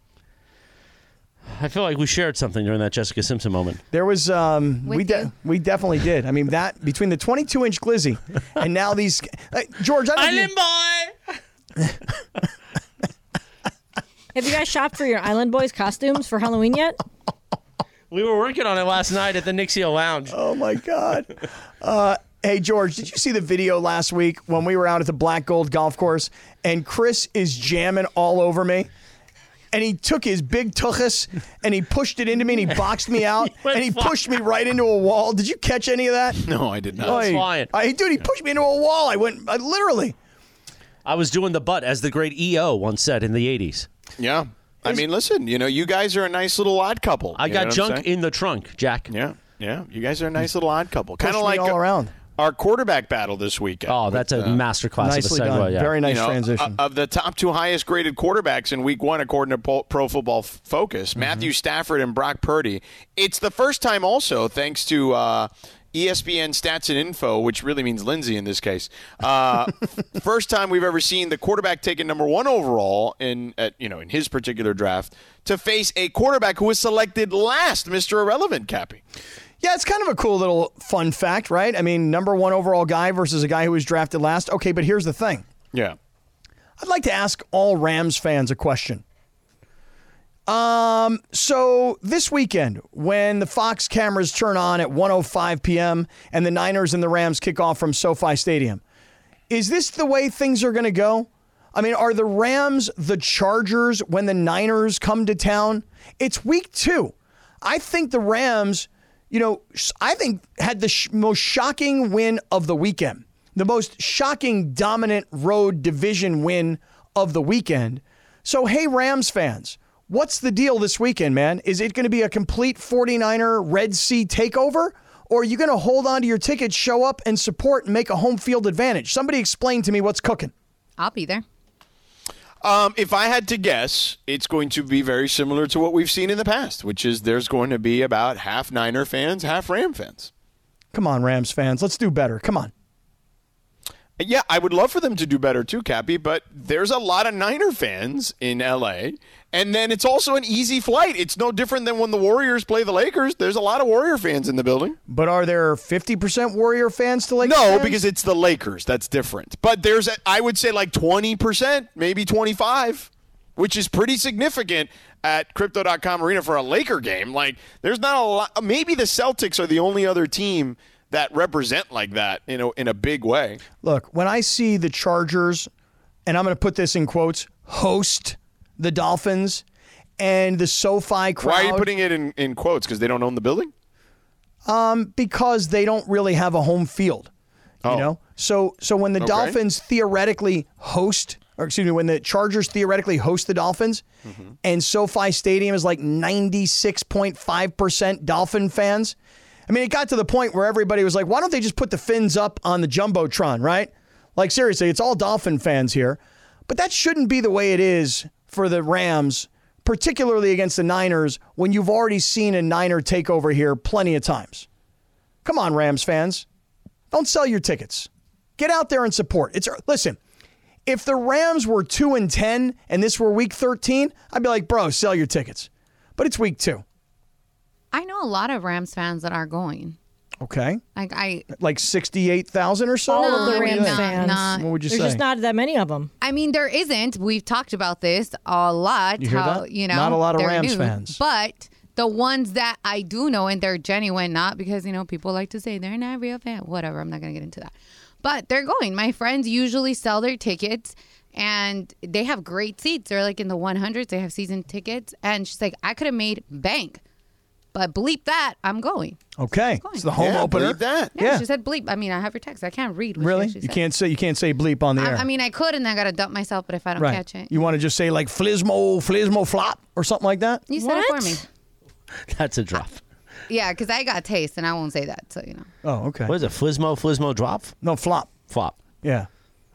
[SPEAKER 2] I feel like we shared something during that Jessica Simpson moment.
[SPEAKER 5] There was um,
[SPEAKER 6] With
[SPEAKER 5] we de-
[SPEAKER 6] you.
[SPEAKER 5] we definitely did. I mean that between the 22 inch glizzy and now these like, George. I don't know if you-
[SPEAKER 2] boy.
[SPEAKER 4] Have you guys shopped for your Island Boys costumes for Halloween yet?
[SPEAKER 2] We were working on it last night at the Nixio Lounge.
[SPEAKER 5] oh my god. Uh, hey George, did you see the video last week when we were out at the Black Gold Golf Course and Chris is jamming all over me? And he took his big tuchus and he pushed it into me and he boxed me out
[SPEAKER 2] went
[SPEAKER 5] and he
[SPEAKER 2] flying.
[SPEAKER 5] pushed me right into a wall. Did you catch any of that?
[SPEAKER 3] No, I did not.
[SPEAKER 5] Oy.
[SPEAKER 2] flying.
[SPEAKER 5] I, dude, he pushed me into a wall. I went I literally.
[SPEAKER 2] I was doing the butt, as the great EO once said in the '80s.
[SPEAKER 3] Yeah. I mean, listen, you know, you guys are a nice little odd couple.
[SPEAKER 2] I
[SPEAKER 3] You know
[SPEAKER 2] got
[SPEAKER 3] what I'm
[SPEAKER 2] junk
[SPEAKER 3] saying?
[SPEAKER 2] in the trunk, Jack.
[SPEAKER 3] Yeah. Yeah. You guys are a nice little odd couple. Kind
[SPEAKER 5] Pushed
[SPEAKER 3] of
[SPEAKER 5] me
[SPEAKER 3] like
[SPEAKER 5] all around.
[SPEAKER 3] our quarterback battle this weekend. uh,
[SPEAKER 2] Oh, that's a masterclass
[SPEAKER 5] Nicely
[SPEAKER 2] of a segue.
[SPEAKER 5] done.
[SPEAKER 2] Yeah.
[SPEAKER 5] Very nice
[SPEAKER 3] You know,
[SPEAKER 5] transition.
[SPEAKER 3] o- Of the top two highest graded quarterbacks in week one, according to Pro, Pro Football F- Focus,
[SPEAKER 2] Mm-hmm.
[SPEAKER 3] Matthew Stafford and Brock Purdy. It's the first time, also, thanks to uh, ESPN Stats and Info, which really means Lindsay in this case. Uh, first time we've ever seen the quarterback taken number one overall in at, you know in his particular draft to face a quarterback who was selected last, Mister Irrelevant, Cappy.
[SPEAKER 5] Yeah, it's kind of a cool little fun fact, right? I mean, number one overall guy versus a guy who was drafted last. Okay, but here's the thing.
[SPEAKER 3] Yeah.
[SPEAKER 5] I'd like to ask all Rams fans a question. Um, so this weekend, when the Fox cameras turn on at 1:05 p.m. and the Niners and the Rams kick off from SoFi Stadium, is this the way things are going to go? I mean, are the Rams the Chargers when the Niners come to town? It's week two. I think the Rams, you know, sh- I think had the sh- most shocking win of the weekend, the most shocking dominant road division win of the weekend. So, hey, Rams fans, what's the deal this weekend, man? Is it going to be a complete 49er Red Sea takeover? Or are you going to hold on to your tickets, show up and support and make a home field advantage? Somebody explain to me what's cooking.
[SPEAKER 6] I'll be there.
[SPEAKER 3] Um, if I had to guess, it's going to be very similar to what we've seen in the past, which is there's going to be about half Niner fans, half Ram fans.
[SPEAKER 5] Come on, Rams fans, let's do better. Come on.
[SPEAKER 3] Yeah, I would love for them to do better too, Cappy, but there's a lot of Niner fans in LA. And then it's also an easy flight. It's no different than when the Warriors play the Lakers. There's a lot of Warrior fans in the building.
[SPEAKER 5] But are there 50% Warrior fans to like?
[SPEAKER 3] no, because it's the Lakers. That's different. But there's, a, I would say, like 20%, maybe 25, which is pretty significant at Crypto.com Arena for a Laker game. Like, there's not a lot. Maybe the Celtics are the only other team that represent like that in a, in a big way.
[SPEAKER 5] Look, when I see the Chargers, and I'm going to put this in quotes, host the Dolphins and the SoFi crowd.
[SPEAKER 3] Why are you putting it in, in quotes? Because they don't own the building?
[SPEAKER 5] Um, because they don't really have a home field. You know? So so when the
[SPEAKER 3] Okay.
[SPEAKER 5] Dolphins theoretically host or excuse me, when the Chargers theoretically host the Dolphins and SoFi Stadium is like 96.5% Dolphin fans. I mean, it got to the point where everybody was like, why don't they just put the fins up on the Jumbotron, right? Like, seriously, it's all Dolphin fans here. But that shouldn't be the way it is for the Rams, particularly against the Niners, when you've already seen a Niner takeover here plenty of times. Come on, Rams fans. Don't sell your tickets. Get out there and support. It's listen. If the Rams were 2 and 10 and this were week 13, I'd be like, "Bro, sell your tickets." But it's week 2.
[SPEAKER 6] I know a lot of Rams fans that are going.
[SPEAKER 5] Okay?
[SPEAKER 6] Like I,
[SPEAKER 5] Like 68,000 or so.
[SPEAKER 6] All
[SPEAKER 4] of the
[SPEAKER 5] What do you
[SPEAKER 4] Rams
[SPEAKER 6] uh,
[SPEAKER 5] think?
[SPEAKER 4] fans. Nah,
[SPEAKER 5] What would you
[SPEAKER 4] There's
[SPEAKER 5] say?
[SPEAKER 4] just not that many of them.
[SPEAKER 6] I mean, there isn't. We've talked about this a lot.
[SPEAKER 5] You hear
[SPEAKER 6] how
[SPEAKER 5] that?
[SPEAKER 6] you know
[SPEAKER 5] Not a lot of
[SPEAKER 6] they're
[SPEAKER 5] Rams
[SPEAKER 6] new.
[SPEAKER 5] fans.
[SPEAKER 6] but the ones that I do know and they're genuine, not because you know people like to say they're not real fan. Whatever. I'm not gonna get into that. But they're going. My friends usually sell their tickets. And they have great seats. They're like in the 100s. They have season tickets. And she's like, I could have made bank, but bleep that. I'm going.
[SPEAKER 5] okay. It's the home
[SPEAKER 3] Yeah,
[SPEAKER 5] opener.
[SPEAKER 3] believe that.
[SPEAKER 6] Yeah,
[SPEAKER 5] Yeah.
[SPEAKER 6] she said bleep. I mean, I have her text. I can't read. What she
[SPEAKER 5] Really?
[SPEAKER 6] actually
[SPEAKER 5] You
[SPEAKER 6] said.
[SPEAKER 5] can't say you can't say bleep on the
[SPEAKER 6] I,
[SPEAKER 5] air.
[SPEAKER 6] I mean, I could, and I gotta dump myself. But if I don't
[SPEAKER 5] right.
[SPEAKER 6] catch it,
[SPEAKER 5] You want to just say like flismo, flismo flop or something like that?
[SPEAKER 6] you said it for
[SPEAKER 4] What?
[SPEAKER 6] me.
[SPEAKER 2] That's a drop.
[SPEAKER 6] Yeah, because I got taste, and I won't say that. So you know,
[SPEAKER 5] Oh, okay.
[SPEAKER 2] What is it? Flismo, Flismo drop?
[SPEAKER 5] No flop.
[SPEAKER 2] Flop.
[SPEAKER 5] Yeah.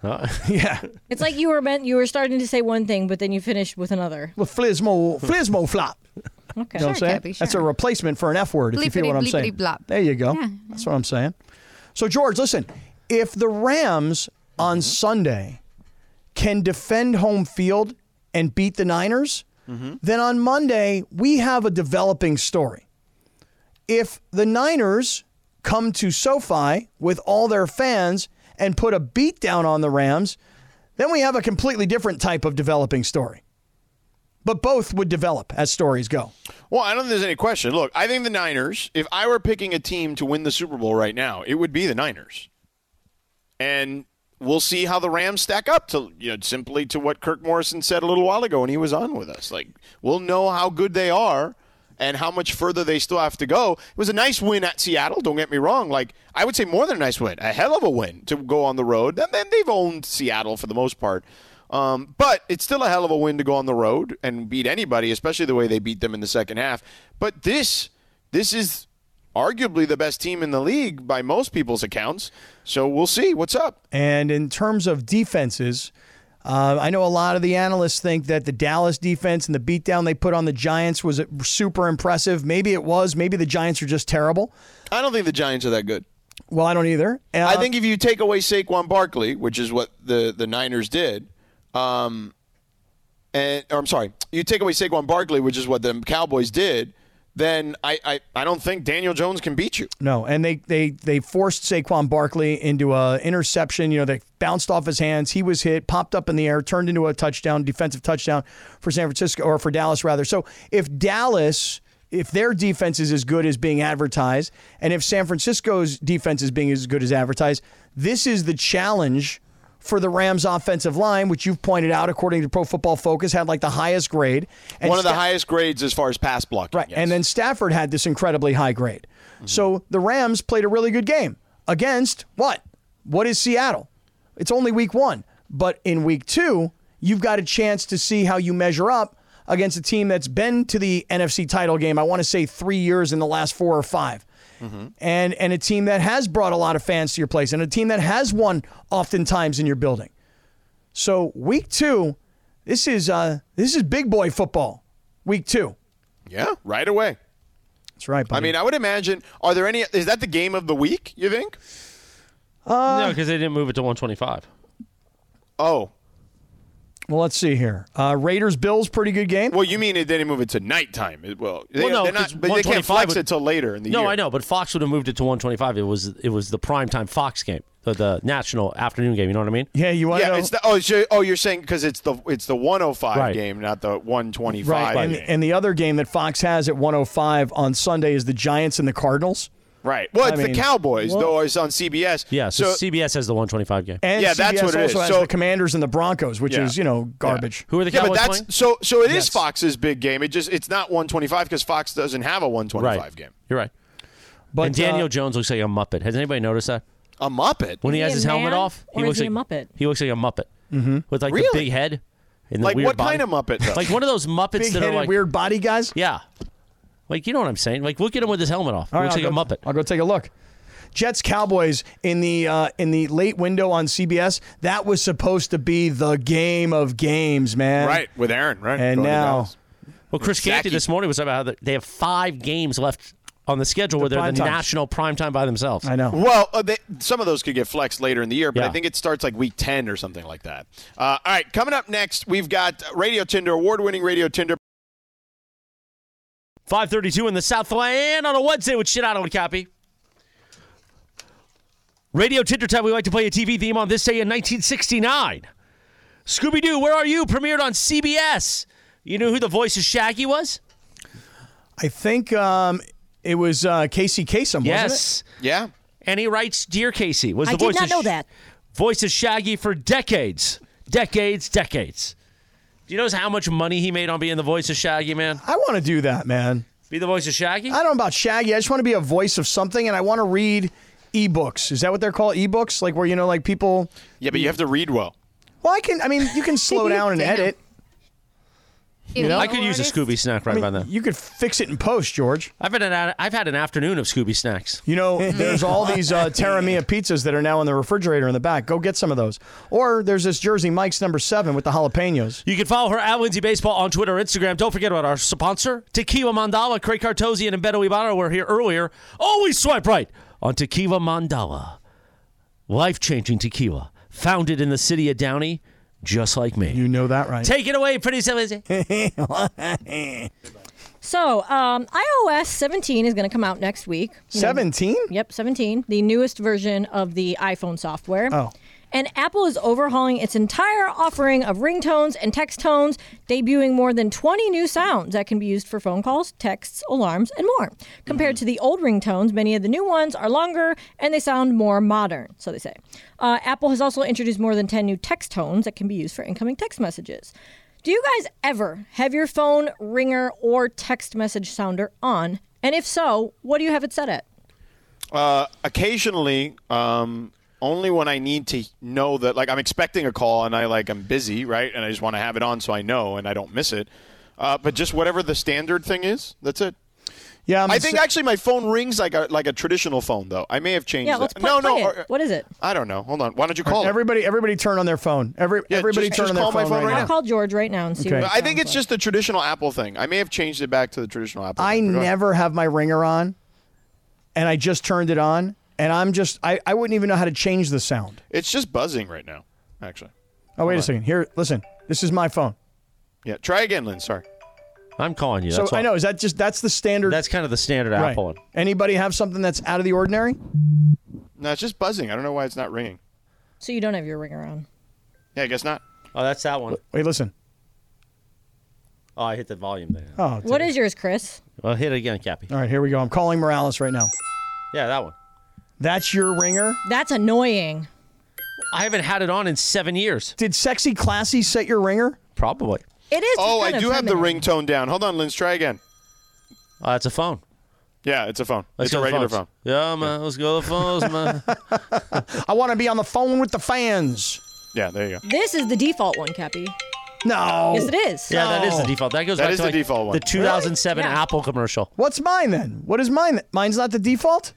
[SPEAKER 2] Huh?
[SPEAKER 5] Yeah.
[SPEAKER 4] It's like you were meant you were starting to say one thing, but then you finished with another.
[SPEAKER 5] Well, flismo, flismo flop.
[SPEAKER 4] Okay.
[SPEAKER 5] You know what I'm
[SPEAKER 6] Sure,
[SPEAKER 5] saying?
[SPEAKER 6] Gabby,
[SPEAKER 5] That's a
[SPEAKER 6] sure.
[SPEAKER 5] replacement for an F word, if you feel what I'm
[SPEAKER 6] Bleepity
[SPEAKER 5] saying.
[SPEAKER 6] bleepity blop.
[SPEAKER 5] There you go.
[SPEAKER 6] Yeah.
[SPEAKER 5] That's what I'm saying. So, George, listen, if the Rams on Sunday can defend home field and beat the Niners, then on Monday, we have a developing story. If the Niners come to SoFi with all their fans and put a beat down on the Rams, then we have a completely different type of developing story. But both would develop as stories go.
[SPEAKER 3] Well, I don't think there's any question. Look, I think the Niners, if I were picking a team to win the Super Bowl right now, it would be the Niners. And we'll see how the Rams stack up to you know, simply to what Kirk Morrison said a little while ago when he was on with us. Like we'll know how good they are and how much further they still have to go. It was a nice win at Seattle, don't get me wrong. Like I would say more than a nice win, a hell of a win to go on the road. And then they've owned Seattle for the most part. Um, but it's still a hell of a win to go on the road and beat anybody, especially the way they beat them in the second half. But this this is arguably the best team in the league by most people's accounts. So we'll see what's up.
[SPEAKER 5] And in terms of defenses, uh, I know a lot of the analysts think that the Dallas defense and the beatdown they put on the Giants was super impressive. Maybe it was. Maybe the Giants are just terrible.
[SPEAKER 3] I don't think the Giants are that good.
[SPEAKER 5] Well, I don't either. Uh,
[SPEAKER 3] I think if you take away Saquon Barkley, which is what the the Niners did, um, and or I'm sorry, you take away Saquon Barkley, which is what the Cowboys did. then I, I, I don't think Daniel Jones can beat you.
[SPEAKER 5] No, and they they they forced Saquon Barkley into a interception. You know, they bounced off his hands. He was hit, popped up in the air, turned into a touchdown, defensive touchdown for San Francisco or for Dallas rather. So if Dallas, if their defense is as good as being advertised, and if San Francisco's defense is being as good as advertised, this is the challenge for the Rams' offensive line, which you've pointed out, according to Pro Football Focus, had like the highest grade. And
[SPEAKER 3] One of the
[SPEAKER 5] Sta-
[SPEAKER 3] highest grades as far as pass blocking.
[SPEAKER 5] Right. And then Stafford had this incredibly high grade. So the Rams played a really good game against what? What is Seattle? It's only week one. But in week two, you've got a chance to see how you measure up against a team that's been to the NFC title game, I want to say three years in the last four or five. Mm-hmm. And and a team that has brought a lot of fans to your place and a team that has won oftentimes in your building. So week two, this is uh this is big boy football. Week two.
[SPEAKER 3] Yeah, right away.
[SPEAKER 5] That's right.
[SPEAKER 3] I
[SPEAKER 5] buddy.
[SPEAKER 3] mean, I would imagine. Are there any? Is that the game of the week? You think?
[SPEAKER 2] no,
[SPEAKER 5] Uh,
[SPEAKER 2] because they didn't move it to 125.
[SPEAKER 3] Oh,
[SPEAKER 5] well, let's see here. Uh, Raiders Bills, pretty good game.
[SPEAKER 3] well, you mean it didn't move it to nighttime? It, well, they,
[SPEAKER 2] Well, no,
[SPEAKER 3] they're
[SPEAKER 2] 'cause
[SPEAKER 3] not. But they
[SPEAKER 2] 125
[SPEAKER 3] can't flex
[SPEAKER 2] would-
[SPEAKER 3] it till later in the
[SPEAKER 2] No,
[SPEAKER 3] year.
[SPEAKER 2] I know, but Fox would have moved it to 125. It was it was the primetime Fox game, the, the national afternoon game. You know what I mean?
[SPEAKER 5] Yeah, you want
[SPEAKER 3] Yeah,
[SPEAKER 5] to
[SPEAKER 3] it's the, oh, it's your- oh, you're saying because it's the it's the 105
[SPEAKER 2] Right.
[SPEAKER 3] game, not the 125
[SPEAKER 5] right. And,
[SPEAKER 3] game.
[SPEAKER 5] and the other game that Fox has at 105 on Sunday is the Giants and the Cardinals.
[SPEAKER 3] right. Well,
[SPEAKER 5] I
[SPEAKER 3] it's
[SPEAKER 5] mean,
[SPEAKER 3] the Cowboys,
[SPEAKER 5] well-
[SPEAKER 3] though. It's on CBS.
[SPEAKER 2] Yeah, so,
[SPEAKER 3] So,
[SPEAKER 2] CBS has the 125 game.
[SPEAKER 5] And
[SPEAKER 3] Yeah,
[SPEAKER 5] CBS
[SPEAKER 3] that's what it
[SPEAKER 5] also
[SPEAKER 3] is.
[SPEAKER 5] has
[SPEAKER 3] So-
[SPEAKER 5] the Commanders and the Broncos, which
[SPEAKER 3] Yeah.
[SPEAKER 5] is you know garbage.
[SPEAKER 2] Who are the
[SPEAKER 3] yeah,
[SPEAKER 2] Cowboys
[SPEAKER 3] but that's
[SPEAKER 2] playing?
[SPEAKER 3] so so. It is
[SPEAKER 5] Yes.
[SPEAKER 3] Fox's big game. It just it's not 125 because Fox doesn't have a 125
[SPEAKER 2] right.
[SPEAKER 3] game.
[SPEAKER 2] You're right.
[SPEAKER 5] But
[SPEAKER 2] and Daniel
[SPEAKER 5] uh,
[SPEAKER 2] Jones looks like a Muppet. Has anybody noticed that?
[SPEAKER 3] A Muppet.
[SPEAKER 2] When he
[SPEAKER 4] Is
[SPEAKER 2] has
[SPEAKER 4] he
[SPEAKER 2] his
[SPEAKER 4] a
[SPEAKER 2] helmet
[SPEAKER 4] man,
[SPEAKER 2] off, he
[SPEAKER 4] or
[SPEAKER 2] looks
[SPEAKER 4] is he a
[SPEAKER 2] like
[SPEAKER 4] Muppet?
[SPEAKER 2] He looks like a Muppet with like the
[SPEAKER 3] Mm-hmm. Really?
[SPEAKER 2] big head and the
[SPEAKER 3] Like
[SPEAKER 2] weird
[SPEAKER 3] what
[SPEAKER 2] body.
[SPEAKER 3] kind of Muppet? Though?
[SPEAKER 2] Like one of those Muppets
[SPEAKER 5] big
[SPEAKER 2] that are
[SPEAKER 5] headed,
[SPEAKER 2] like
[SPEAKER 5] weird body guys.
[SPEAKER 2] yeah, like you know what I'm saying. Like look at him with his helmet off.
[SPEAKER 5] All
[SPEAKER 2] looks
[SPEAKER 5] right,
[SPEAKER 2] like a
[SPEAKER 5] I'll go-
[SPEAKER 2] Muppet.
[SPEAKER 5] I'll go take a look. Jets Cowboys in the uh, in the late window on CBS. That was supposed to be the game of games, man.
[SPEAKER 3] right with Aaron. Right.
[SPEAKER 5] And
[SPEAKER 3] Going to
[SPEAKER 5] now-
[SPEAKER 3] Dallas.
[SPEAKER 2] Well, Chris Canty
[SPEAKER 3] Zachy.
[SPEAKER 2] this morning was about how they have five games left on the schedule where they're
[SPEAKER 5] prime
[SPEAKER 2] the
[SPEAKER 5] times.
[SPEAKER 2] national prime time by themselves.
[SPEAKER 5] I know.
[SPEAKER 3] Well, uh, they, some of those could get flexed later in the year, but
[SPEAKER 2] Yeah.
[SPEAKER 3] I think it starts like week 10 or something like that. Uh, all right, coming up next, we've got Radio Tinder, award winning Radio Tinder.
[SPEAKER 2] 532 in the Southland on a Wednesday with Shit I Don't Copy. Radio Tinder Time, we like to play a TV theme on this day in 1969. Scooby Doo, Where Are You? premiered on CBS. You know who the voice of Shaggy was?
[SPEAKER 5] I think um, it was uh, Casey Kasem. Wasn't
[SPEAKER 2] yes.
[SPEAKER 3] Yeah.
[SPEAKER 2] And he writes Dear Casey was
[SPEAKER 4] I
[SPEAKER 2] the
[SPEAKER 4] did
[SPEAKER 2] voice
[SPEAKER 4] not
[SPEAKER 2] of
[SPEAKER 4] know
[SPEAKER 2] Sh-
[SPEAKER 4] that.
[SPEAKER 2] voice of Shaggy for decades. Decades, decades. Do you notice how much money he made on being the voice of Shaggy, man?
[SPEAKER 5] it? I want to do that, man.
[SPEAKER 2] Be the voice of Shaggy?
[SPEAKER 5] I don't know about Shaggy. I just want to be a voice of something, and I want to read ebooks. Is that what they're called? Ebooks, like where you know, like people.
[SPEAKER 3] Yeah, but you have to read well.
[SPEAKER 5] Well, I can. I mean, you can slow down and
[SPEAKER 6] Damn.
[SPEAKER 5] edit.
[SPEAKER 2] I could use a Scooby snack right
[SPEAKER 5] I mean,
[SPEAKER 2] by now.
[SPEAKER 5] you could fix it in post, George.
[SPEAKER 2] I've had an I've had an afternoon of Scooby snacks.
[SPEAKER 5] You know, there's all these uh, Terramia pizzas that are now in the refrigerator in the back. Go get some of those. Or there's this Jersey Mike's number seven with the jalapenos.
[SPEAKER 2] You can follow her at Lindsay Baseball on Twitter or Instagram. Don't forget about our sponsor, Tequila Mandala. Craig Cartosian and Beto Ibarra were here earlier. Always swipe right on Tequila Mandala. Life changing tequila, founded in the city of Downey, just like me.
[SPEAKER 5] You know that, right?
[SPEAKER 2] Take it away, pretty Lindsay.
[SPEAKER 4] So, um, iOS 17 is going to come out next week. You know,
[SPEAKER 5] Seventeen.
[SPEAKER 4] Yep, 17, the newest version of the iPhone software.
[SPEAKER 5] Oh.
[SPEAKER 4] And Apple is overhauling its entire offering of ringtones and text tones, debuting more than 20 new sounds that can be used for phone calls, texts, alarms, and more. Compared
[SPEAKER 5] Hmm.
[SPEAKER 4] to the old ringtones, many of the new ones are longer and they sound more modern, so they say. Uh, Apple has also introduced more than 10 new text tones that can be used for incoming text messages. Do you guys ever have your phone ringer or text message sounder on? And if so, what do you have it set at?
[SPEAKER 3] Uh, occasionally, um, only when I need to know that, like, I'm expecting a call and I, like, I'm busy, right? And I just want to have it on so I know and I don't miss it. Uh, but just whatever the standard thing is, that's it.
[SPEAKER 5] Yeah, I'm
[SPEAKER 3] I think actually my phone rings like a like a traditional phone though. I may have changed.
[SPEAKER 4] Yeah,
[SPEAKER 3] that.
[SPEAKER 4] let's play,
[SPEAKER 3] no,
[SPEAKER 4] play
[SPEAKER 3] no.
[SPEAKER 4] it.
[SPEAKER 3] or- uh,
[SPEAKER 4] What is it?
[SPEAKER 3] I don't know. Hold on. Why don't you call? it?
[SPEAKER 5] everybody. Everybody, turn on their phone. Every
[SPEAKER 3] Yeah,
[SPEAKER 5] everybody,
[SPEAKER 3] just-
[SPEAKER 5] turn
[SPEAKER 3] just
[SPEAKER 5] on their
[SPEAKER 3] call my
[SPEAKER 5] phone,
[SPEAKER 3] phone right
[SPEAKER 5] right
[SPEAKER 3] now.
[SPEAKER 4] I'll call George right now and see.
[SPEAKER 5] Okay.
[SPEAKER 4] What it
[SPEAKER 3] I think
[SPEAKER 4] sounds
[SPEAKER 3] it's
[SPEAKER 4] like.
[SPEAKER 3] just the traditional Apple thing. I may have changed it back to the traditional Apple.
[SPEAKER 5] I
[SPEAKER 3] thing. Go ahead.
[SPEAKER 5] never have my ringer on, and I just turned it on, and I'm just I, I wouldn't even know how to change the sound.
[SPEAKER 3] It's just buzzing right now, actually.
[SPEAKER 5] Oh wait a second. Here, listen. This is my phone.
[SPEAKER 3] Yeah. Try again, Lynn. Sorry.
[SPEAKER 2] I'm calling you.
[SPEAKER 5] So
[SPEAKER 2] That's
[SPEAKER 5] I
[SPEAKER 2] all.
[SPEAKER 5] know is that just that's the standard.
[SPEAKER 2] That's kind of the standard
[SPEAKER 5] right.
[SPEAKER 2] Apple. one.
[SPEAKER 5] Anybody have something that's out of the ordinary?
[SPEAKER 3] No, it's just buzzing. I don't know why it's not ringing.
[SPEAKER 4] So you don't have your ringer on.
[SPEAKER 3] Yeah, I guess not.
[SPEAKER 2] Oh, that's that one.
[SPEAKER 5] Wait, listen.
[SPEAKER 2] Oh, I hit the volume there.
[SPEAKER 5] Oh,
[SPEAKER 4] What is yours, Chris?
[SPEAKER 2] Well, hit it again, Cappy.
[SPEAKER 5] all right. Here we go. I'm calling Morales right now.
[SPEAKER 2] Yeah, that one.
[SPEAKER 5] That's your ringer.
[SPEAKER 4] That's annoying.
[SPEAKER 2] I haven't had it on in seven years.
[SPEAKER 5] Did sexy classy set your ringer?
[SPEAKER 2] Probably.
[SPEAKER 4] It is.
[SPEAKER 3] Oh, I
[SPEAKER 4] kind of
[SPEAKER 3] do have the
[SPEAKER 4] feminine.
[SPEAKER 3] ringtone down. Hold on, Linz. Try again.
[SPEAKER 2] Oh, that's a phone.
[SPEAKER 3] Yeah, it's a phone.
[SPEAKER 2] Let's
[SPEAKER 3] it's
[SPEAKER 2] go
[SPEAKER 3] a
[SPEAKER 2] to the
[SPEAKER 3] regular phone.
[SPEAKER 2] phones. Yeah, man. Let's go to the phones, man.
[SPEAKER 5] I want to be on the phone with the fans.
[SPEAKER 3] Yeah, there you go.
[SPEAKER 4] This is the default one, Cappy.
[SPEAKER 3] Oh.
[SPEAKER 5] No.
[SPEAKER 4] Yes, it is.
[SPEAKER 2] Yeah, that is the default. That goes
[SPEAKER 3] That
[SPEAKER 2] back
[SPEAKER 3] is
[SPEAKER 2] to
[SPEAKER 3] the
[SPEAKER 2] like
[SPEAKER 3] default one.
[SPEAKER 2] The 2007
[SPEAKER 4] Really? Yeah.
[SPEAKER 2] Apple commercial.
[SPEAKER 5] What's mine then? What is mine? Mine's not the default.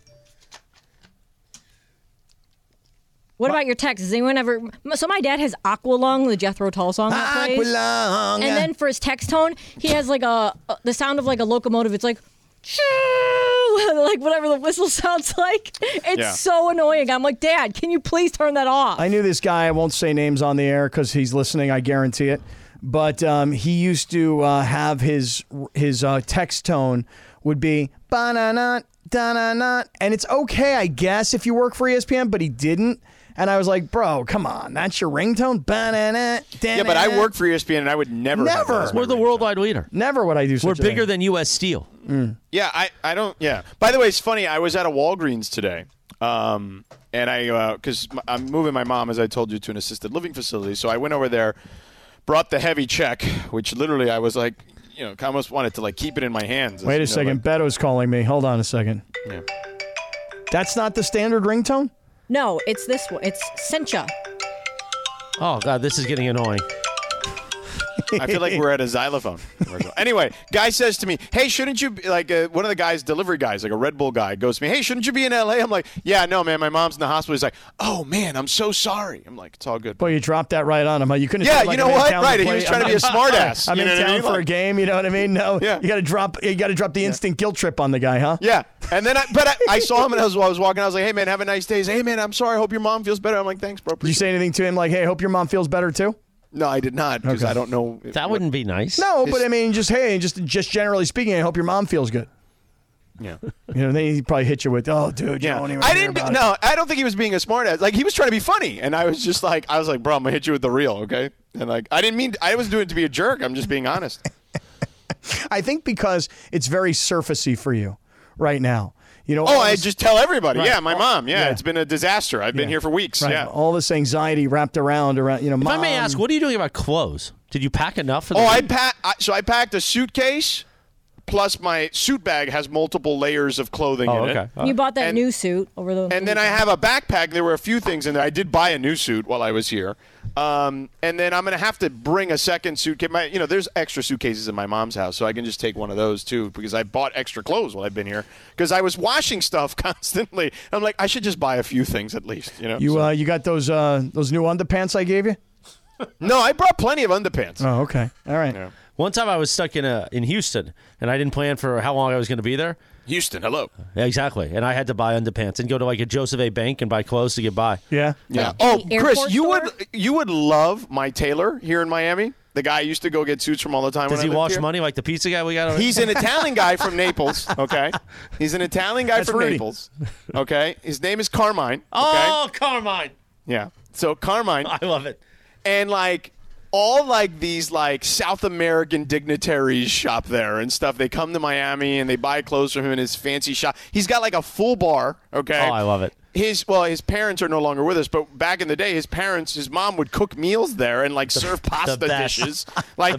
[SPEAKER 4] What about your text? Does anyone ever? So my dad has Aqualung, the Jethro Tull song. That plays.
[SPEAKER 5] Aqualung.
[SPEAKER 4] And then for his text tone, he has like a, a the sound of like a locomotive. It's like. "Choo," like whatever the whistle sounds like. It's
[SPEAKER 3] Yeah.
[SPEAKER 4] so annoying. I'm like, Dad, can you please turn that off?
[SPEAKER 5] I knew this guy. I won't say names on the air because he's listening. I guarantee it. But um, he used to uh, have his his uh, text tone would be ba-na-na, da-na-na. and it's okay, I guess, if you work for E ESPN. But he didn't, and I was like, bro, come on, that's your ringtone. Ba-na-na,
[SPEAKER 3] Yeah, but I work for E ESPN and I would never. have
[SPEAKER 5] Never.
[SPEAKER 3] that as my
[SPEAKER 2] We're the
[SPEAKER 3] ringtone.
[SPEAKER 2] worldwide leader.
[SPEAKER 5] Never would I do. Such
[SPEAKER 2] We're
[SPEAKER 5] a
[SPEAKER 2] bigger
[SPEAKER 5] thing.
[SPEAKER 2] than U.S. Steel.
[SPEAKER 3] Yeah, I, I don't. Yeah. By the way, it's funny. I was at a Walgreens today, um, and I because I'm moving my mom, as I told you, to an assisted living facility. So I went over there, brought the heavy check, which literally I was like, you know, I almost wanted to like keep it in my hands.
[SPEAKER 5] Wait
[SPEAKER 3] you know,
[SPEAKER 5] a second, Beto's calling me. Hold on a second.
[SPEAKER 3] like- yeah.
[SPEAKER 5] That's not the standard ringtone.
[SPEAKER 4] no, it's this one. It's Sencha.
[SPEAKER 2] Oh God, this is getting annoying.
[SPEAKER 3] I feel like we're at a xylophone. commercial. anyway, guy says to me, "Hey, shouldn't you be, like uh, one of the guys, delivery guys, like a Red Bull guy, goes to me, "Hey, shouldn't you be in L.A.?" I'm like, "Yeah, no, man, my mom's in the hospital." He's like, "Oh man, I'm so sorry." I'm like, "It's all good."
[SPEAKER 5] Boy, you dropped that right on him. huh? You couldn't.
[SPEAKER 3] Yeah,
[SPEAKER 5] say, like,
[SPEAKER 3] you know
[SPEAKER 5] I'm in
[SPEAKER 3] what?
[SPEAKER 5] town to
[SPEAKER 3] Right, he
[SPEAKER 5] play-
[SPEAKER 3] was trying to
[SPEAKER 5] I'm
[SPEAKER 3] be a
[SPEAKER 5] not-
[SPEAKER 3] smartass.
[SPEAKER 5] I'm
[SPEAKER 3] You
[SPEAKER 5] in
[SPEAKER 3] know what I
[SPEAKER 5] town
[SPEAKER 3] mean?
[SPEAKER 5] for a
[SPEAKER 3] Like-
[SPEAKER 5] game. You know what I mean? No.
[SPEAKER 3] Yeah.
[SPEAKER 5] You got to drop. You got to drop the instant guilt trip on the guy, huh?
[SPEAKER 3] Yeah, and then I, but I, I saw him and I was, I was walking. I was like, "Hey man, have a nice day." He's, hey man, I'm sorry. I hope your mom feels better. I'm like, "Thanks, bro."
[SPEAKER 5] Did you
[SPEAKER 3] Appreciate
[SPEAKER 5] say anything to him like, "Hey, hope your mom feels better too"?
[SPEAKER 3] it." no, I did not because
[SPEAKER 5] Okay.
[SPEAKER 3] I don't know. if-
[SPEAKER 2] That wouldn't be nice.
[SPEAKER 5] No, but I mean, just hey, just just generally speaking, I hope your mom feels good.
[SPEAKER 3] Yeah,
[SPEAKER 5] You know, then he probably hit you with, "Oh, dude, you
[SPEAKER 3] yeah.
[SPEAKER 5] don't even."
[SPEAKER 3] I
[SPEAKER 5] hear
[SPEAKER 3] didn't.
[SPEAKER 5] about it."
[SPEAKER 3] No, I don't think he was being a smartass. Like he was trying to be funny, and I was just like, I was like, "Bro, I'm gonna hit you with the real, okay?" And like, I didn't mean. I was doing it to be a jerk. I'm just being honest.
[SPEAKER 5] I think because it's very surfacey for you right now. You know.
[SPEAKER 3] Oh,
[SPEAKER 5] all
[SPEAKER 3] I
[SPEAKER 5] this-
[SPEAKER 3] just tell everybody.
[SPEAKER 5] Right.
[SPEAKER 3] Yeah, my mom. Yeah,
[SPEAKER 5] Yeah.
[SPEAKER 3] it's been a disaster. I've been
[SPEAKER 5] Yeah.
[SPEAKER 3] here for weeks.
[SPEAKER 5] Right,
[SPEAKER 3] Yeah.
[SPEAKER 5] All this anxiety wrapped around around. You know.
[SPEAKER 2] If I may ask, what are you doing about clothes? Did you pack enough for the
[SPEAKER 3] Oh, I
[SPEAKER 2] week?
[SPEAKER 3] pack. I, so I packed a suitcase, plus my suit bag has multiple layers of clothing
[SPEAKER 2] Oh,
[SPEAKER 3] in
[SPEAKER 2] okay.
[SPEAKER 3] it.
[SPEAKER 2] All
[SPEAKER 4] You
[SPEAKER 2] right.
[SPEAKER 4] bought that
[SPEAKER 3] And-
[SPEAKER 4] new suit over the.
[SPEAKER 3] And then I have a backpack. There were a few things in there. I did buy a new suit while I was here. Um, and then I'm going to have to bring a second suitcase. My, you know, there's extra suitcases in my mom's house, so I can just take one of those too because I bought extra clothes while I've been here because I was washing stuff constantly. I'm like, I should just buy a few things at least, you know.
[SPEAKER 5] You
[SPEAKER 3] So-
[SPEAKER 5] uh, you got those uh, those new underpants I gave you?
[SPEAKER 3] no, I brought plenty of underpants.
[SPEAKER 5] Oh, okay. All right.
[SPEAKER 2] One time I was stuck in a in Houston, and I didn't plan for how long I was going to be there.
[SPEAKER 3] Houston, hello.
[SPEAKER 2] Yeah, exactly. And I had to buy underpants and go to like a Joseph A. Bank and buy clothes to get by.
[SPEAKER 5] Yeah.
[SPEAKER 3] Yeah. Oh,
[SPEAKER 4] The
[SPEAKER 3] Chris,
[SPEAKER 4] airport
[SPEAKER 3] you
[SPEAKER 4] store?
[SPEAKER 3] would you would love my tailor here in Miami. The guy I used to go get suits from all the time.
[SPEAKER 2] Does
[SPEAKER 3] when I
[SPEAKER 2] he
[SPEAKER 3] lived
[SPEAKER 2] wash
[SPEAKER 3] here.
[SPEAKER 2] money like the pizza guy we got? Over
[SPEAKER 3] He's an Italian guy from Naples. Okay, he's an Italian guy
[SPEAKER 5] That's
[SPEAKER 3] from
[SPEAKER 5] Rudy.
[SPEAKER 3] Naples. Okay, his name is Carmine. Okay,
[SPEAKER 2] Oh, Carmine,
[SPEAKER 3] yeah. So Carmine
[SPEAKER 2] I love it.
[SPEAKER 3] and like all like these like South American dignitaries shop there and stuff. They come to Miami and they buy clothes from him in his fancy shop. He's got like a full bar. Okay,
[SPEAKER 2] Oh, I love it.
[SPEAKER 3] His well, his parents are no longer with us, but back in the day, his parents, his mom would cook meals there and like serve pasta
[SPEAKER 2] best.
[SPEAKER 3] dishes. Like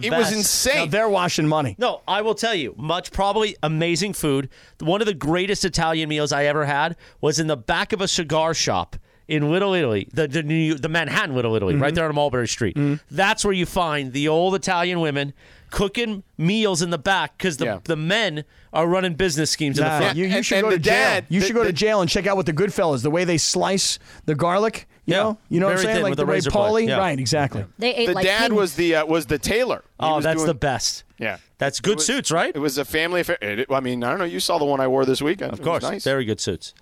[SPEAKER 2] The
[SPEAKER 3] it was
[SPEAKER 2] best.
[SPEAKER 5] Now
[SPEAKER 3] insane.
[SPEAKER 5] they're washing money.
[SPEAKER 2] No, I will tell you, much probably amazing food. One of the greatest Italian meals I ever had was in the back of a cigar shop in Little Italy, the the, New, the Manhattan Little Italy,
[SPEAKER 3] Mm-hmm.
[SPEAKER 2] right there on Mulberry Street. That's where you find the old Italian women cooking meals in the back because the,
[SPEAKER 3] Yeah.
[SPEAKER 2] the men are running business schemes in
[SPEAKER 5] Nah,
[SPEAKER 2] the front.
[SPEAKER 5] you, you
[SPEAKER 3] And-
[SPEAKER 5] should
[SPEAKER 3] and
[SPEAKER 5] go
[SPEAKER 3] the
[SPEAKER 5] to jail.
[SPEAKER 3] dad-
[SPEAKER 5] you
[SPEAKER 3] the-
[SPEAKER 5] should go to
[SPEAKER 3] the-
[SPEAKER 5] jail and check out what the Goodfellas, the way they slice the garlic. You
[SPEAKER 2] Yeah.
[SPEAKER 5] know, you know what I'm
[SPEAKER 2] Very
[SPEAKER 5] saying,
[SPEAKER 2] thin
[SPEAKER 5] like
[SPEAKER 2] with
[SPEAKER 5] the
[SPEAKER 2] a
[SPEAKER 5] way
[SPEAKER 2] razor blade.
[SPEAKER 5] Paulie.
[SPEAKER 2] Yeah.
[SPEAKER 5] Right, exactly.
[SPEAKER 4] They ate
[SPEAKER 3] the
[SPEAKER 4] like
[SPEAKER 3] dad
[SPEAKER 4] kings.
[SPEAKER 3] was the uh, was the tailor. He
[SPEAKER 2] oh,
[SPEAKER 3] was
[SPEAKER 2] that's
[SPEAKER 3] doing-
[SPEAKER 2] the best.
[SPEAKER 3] Yeah.
[SPEAKER 2] That's good
[SPEAKER 3] was-
[SPEAKER 2] suits, right?
[SPEAKER 3] It was a family affair. It, I mean, I don't know. You saw the one I wore this weekend.
[SPEAKER 2] of course,
[SPEAKER 3] nice.
[SPEAKER 2] very good suits.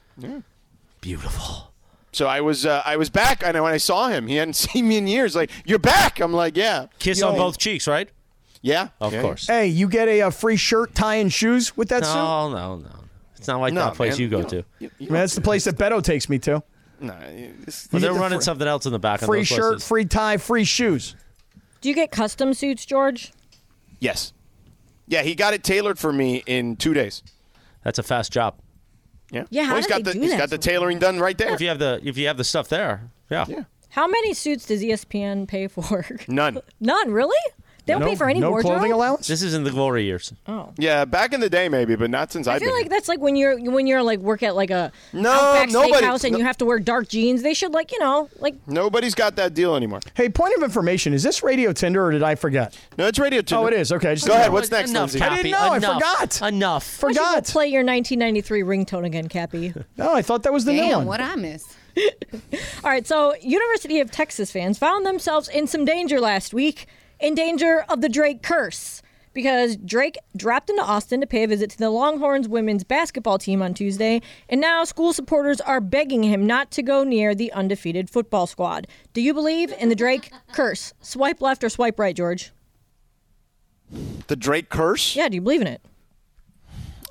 [SPEAKER 2] Beautiful.
[SPEAKER 3] So I was uh, I was back, and when I saw him, he hadn't seen me in years. Like, you're back. I'm like, yeah.
[SPEAKER 2] Kiss
[SPEAKER 5] Yo.
[SPEAKER 2] on both cheeks, right?
[SPEAKER 3] Yeah,
[SPEAKER 2] Of
[SPEAKER 3] yeah,
[SPEAKER 2] course.
[SPEAKER 5] Hey, you get a, uh free shirt, tie, and shoes with that suit?
[SPEAKER 2] No, no, no. It's not like
[SPEAKER 3] No,
[SPEAKER 2] that place
[SPEAKER 3] man,
[SPEAKER 2] you go
[SPEAKER 3] you
[SPEAKER 2] to.
[SPEAKER 5] I mean, that's the place that Beto takes me to.
[SPEAKER 3] No, it's-
[SPEAKER 2] But
[SPEAKER 3] you
[SPEAKER 2] they're
[SPEAKER 3] get the
[SPEAKER 2] running
[SPEAKER 3] fr-
[SPEAKER 2] something else in the back. on
[SPEAKER 5] Free
[SPEAKER 2] those
[SPEAKER 5] shirt,
[SPEAKER 2] places.
[SPEAKER 5] free tie, free shoes.
[SPEAKER 4] Do you get custom suits, George?
[SPEAKER 3] Yes. Yeah, he got it tailored for me in two days.
[SPEAKER 2] That's a fast job.
[SPEAKER 3] Yeah.
[SPEAKER 4] Yeah, how
[SPEAKER 3] he's
[SPEAKER 4] do
[SPEAKER 3] got the
[SPEAKER 4] they do
[SPEAKER 3] he's
[SPEAKER 4] that
[SPEAKER 3] got the
[SPEAKER 4] for-
[SPEAKER 3] tailoring done right there.
[SPEAKER 2] If you have the if you have the stuff there, yeah.
[SPEAKER 3] Yeah.
[SPEAKER 4] How many suits does E ESPN pay for?
[SPEAKER 3] None.
[SPEAKER 4] None, really? They don't pay for any
[SPEAKER 5] no
[SPEAKER 4] wardrobe.
[SPEAKER 5] clothing allowance?
[SPEAKER 2] This is in the glory years.
[SPEAKER 3] Yeah, back in the day maybe, but not since
[SPEAKER 4] I
[SPEAKER 3] I've
[SPEAKER 4] feel
[SPEAKER 3] been.
[SPEAKER 4] like
[SPEAKER 3] here.
[SPEAKER 4] that's like when you're when you're like work at like a
[SPEAKER 3] No,
[SPEAKER 4] Outback
[SPEAKER 3] nobody-
[SPEAKER 4] steakhouse and
[SPEAKER 3] no-
[SPEAKER 4] you have to wear dark jeans. They should like you know like
[SPEAKER 3] Nobody's got that deal anymore.
[SPEAKER 5] Hey, point of information: Is this Radio Tinder or did I forget?
[SPEAKER 3] No, it's radio two.
[SPEAKER 5] Oh, it is. Okay, just-
[SPEAKER 3] Go ahead. What's next,
[SPEAKER 2] Enough,
[SPEAKER 3] Lindsay?
[SPEAKER 2] Cappy.
[SPEAKER 5] I didn't know. I
[SPEAKER 2] Enough.
[SPEAKER 5] forgot.
[SPEAKER 2] Enough.
[SPEAKER 4] I should go
[SPEAKER 5] Forgot.
[SPEAKER 4] play your 1993 ringtone again, Cappy.
[SPEAKER 5] No, I thought that was the new
[SPEAKER 6] Damn,
[SPEAKER 5] one.
[SPEAKER 6] what I miss.
[SPEAKER 4] All right, so University of Texas fans found themselves in some danger last week, in danger of the Drake curse, because Drake dropped into Austin to pay a visit to the Longhorns women's basketball team on Tuesday, and now school supporters are begging him not to go near the undefeated football squad. Do you believe in the Drake curse? Swipe left or swipe right, George?
[SPEAKER 3] The Drake curse?
[SPEAKER 4] Yeah, do you believe in it?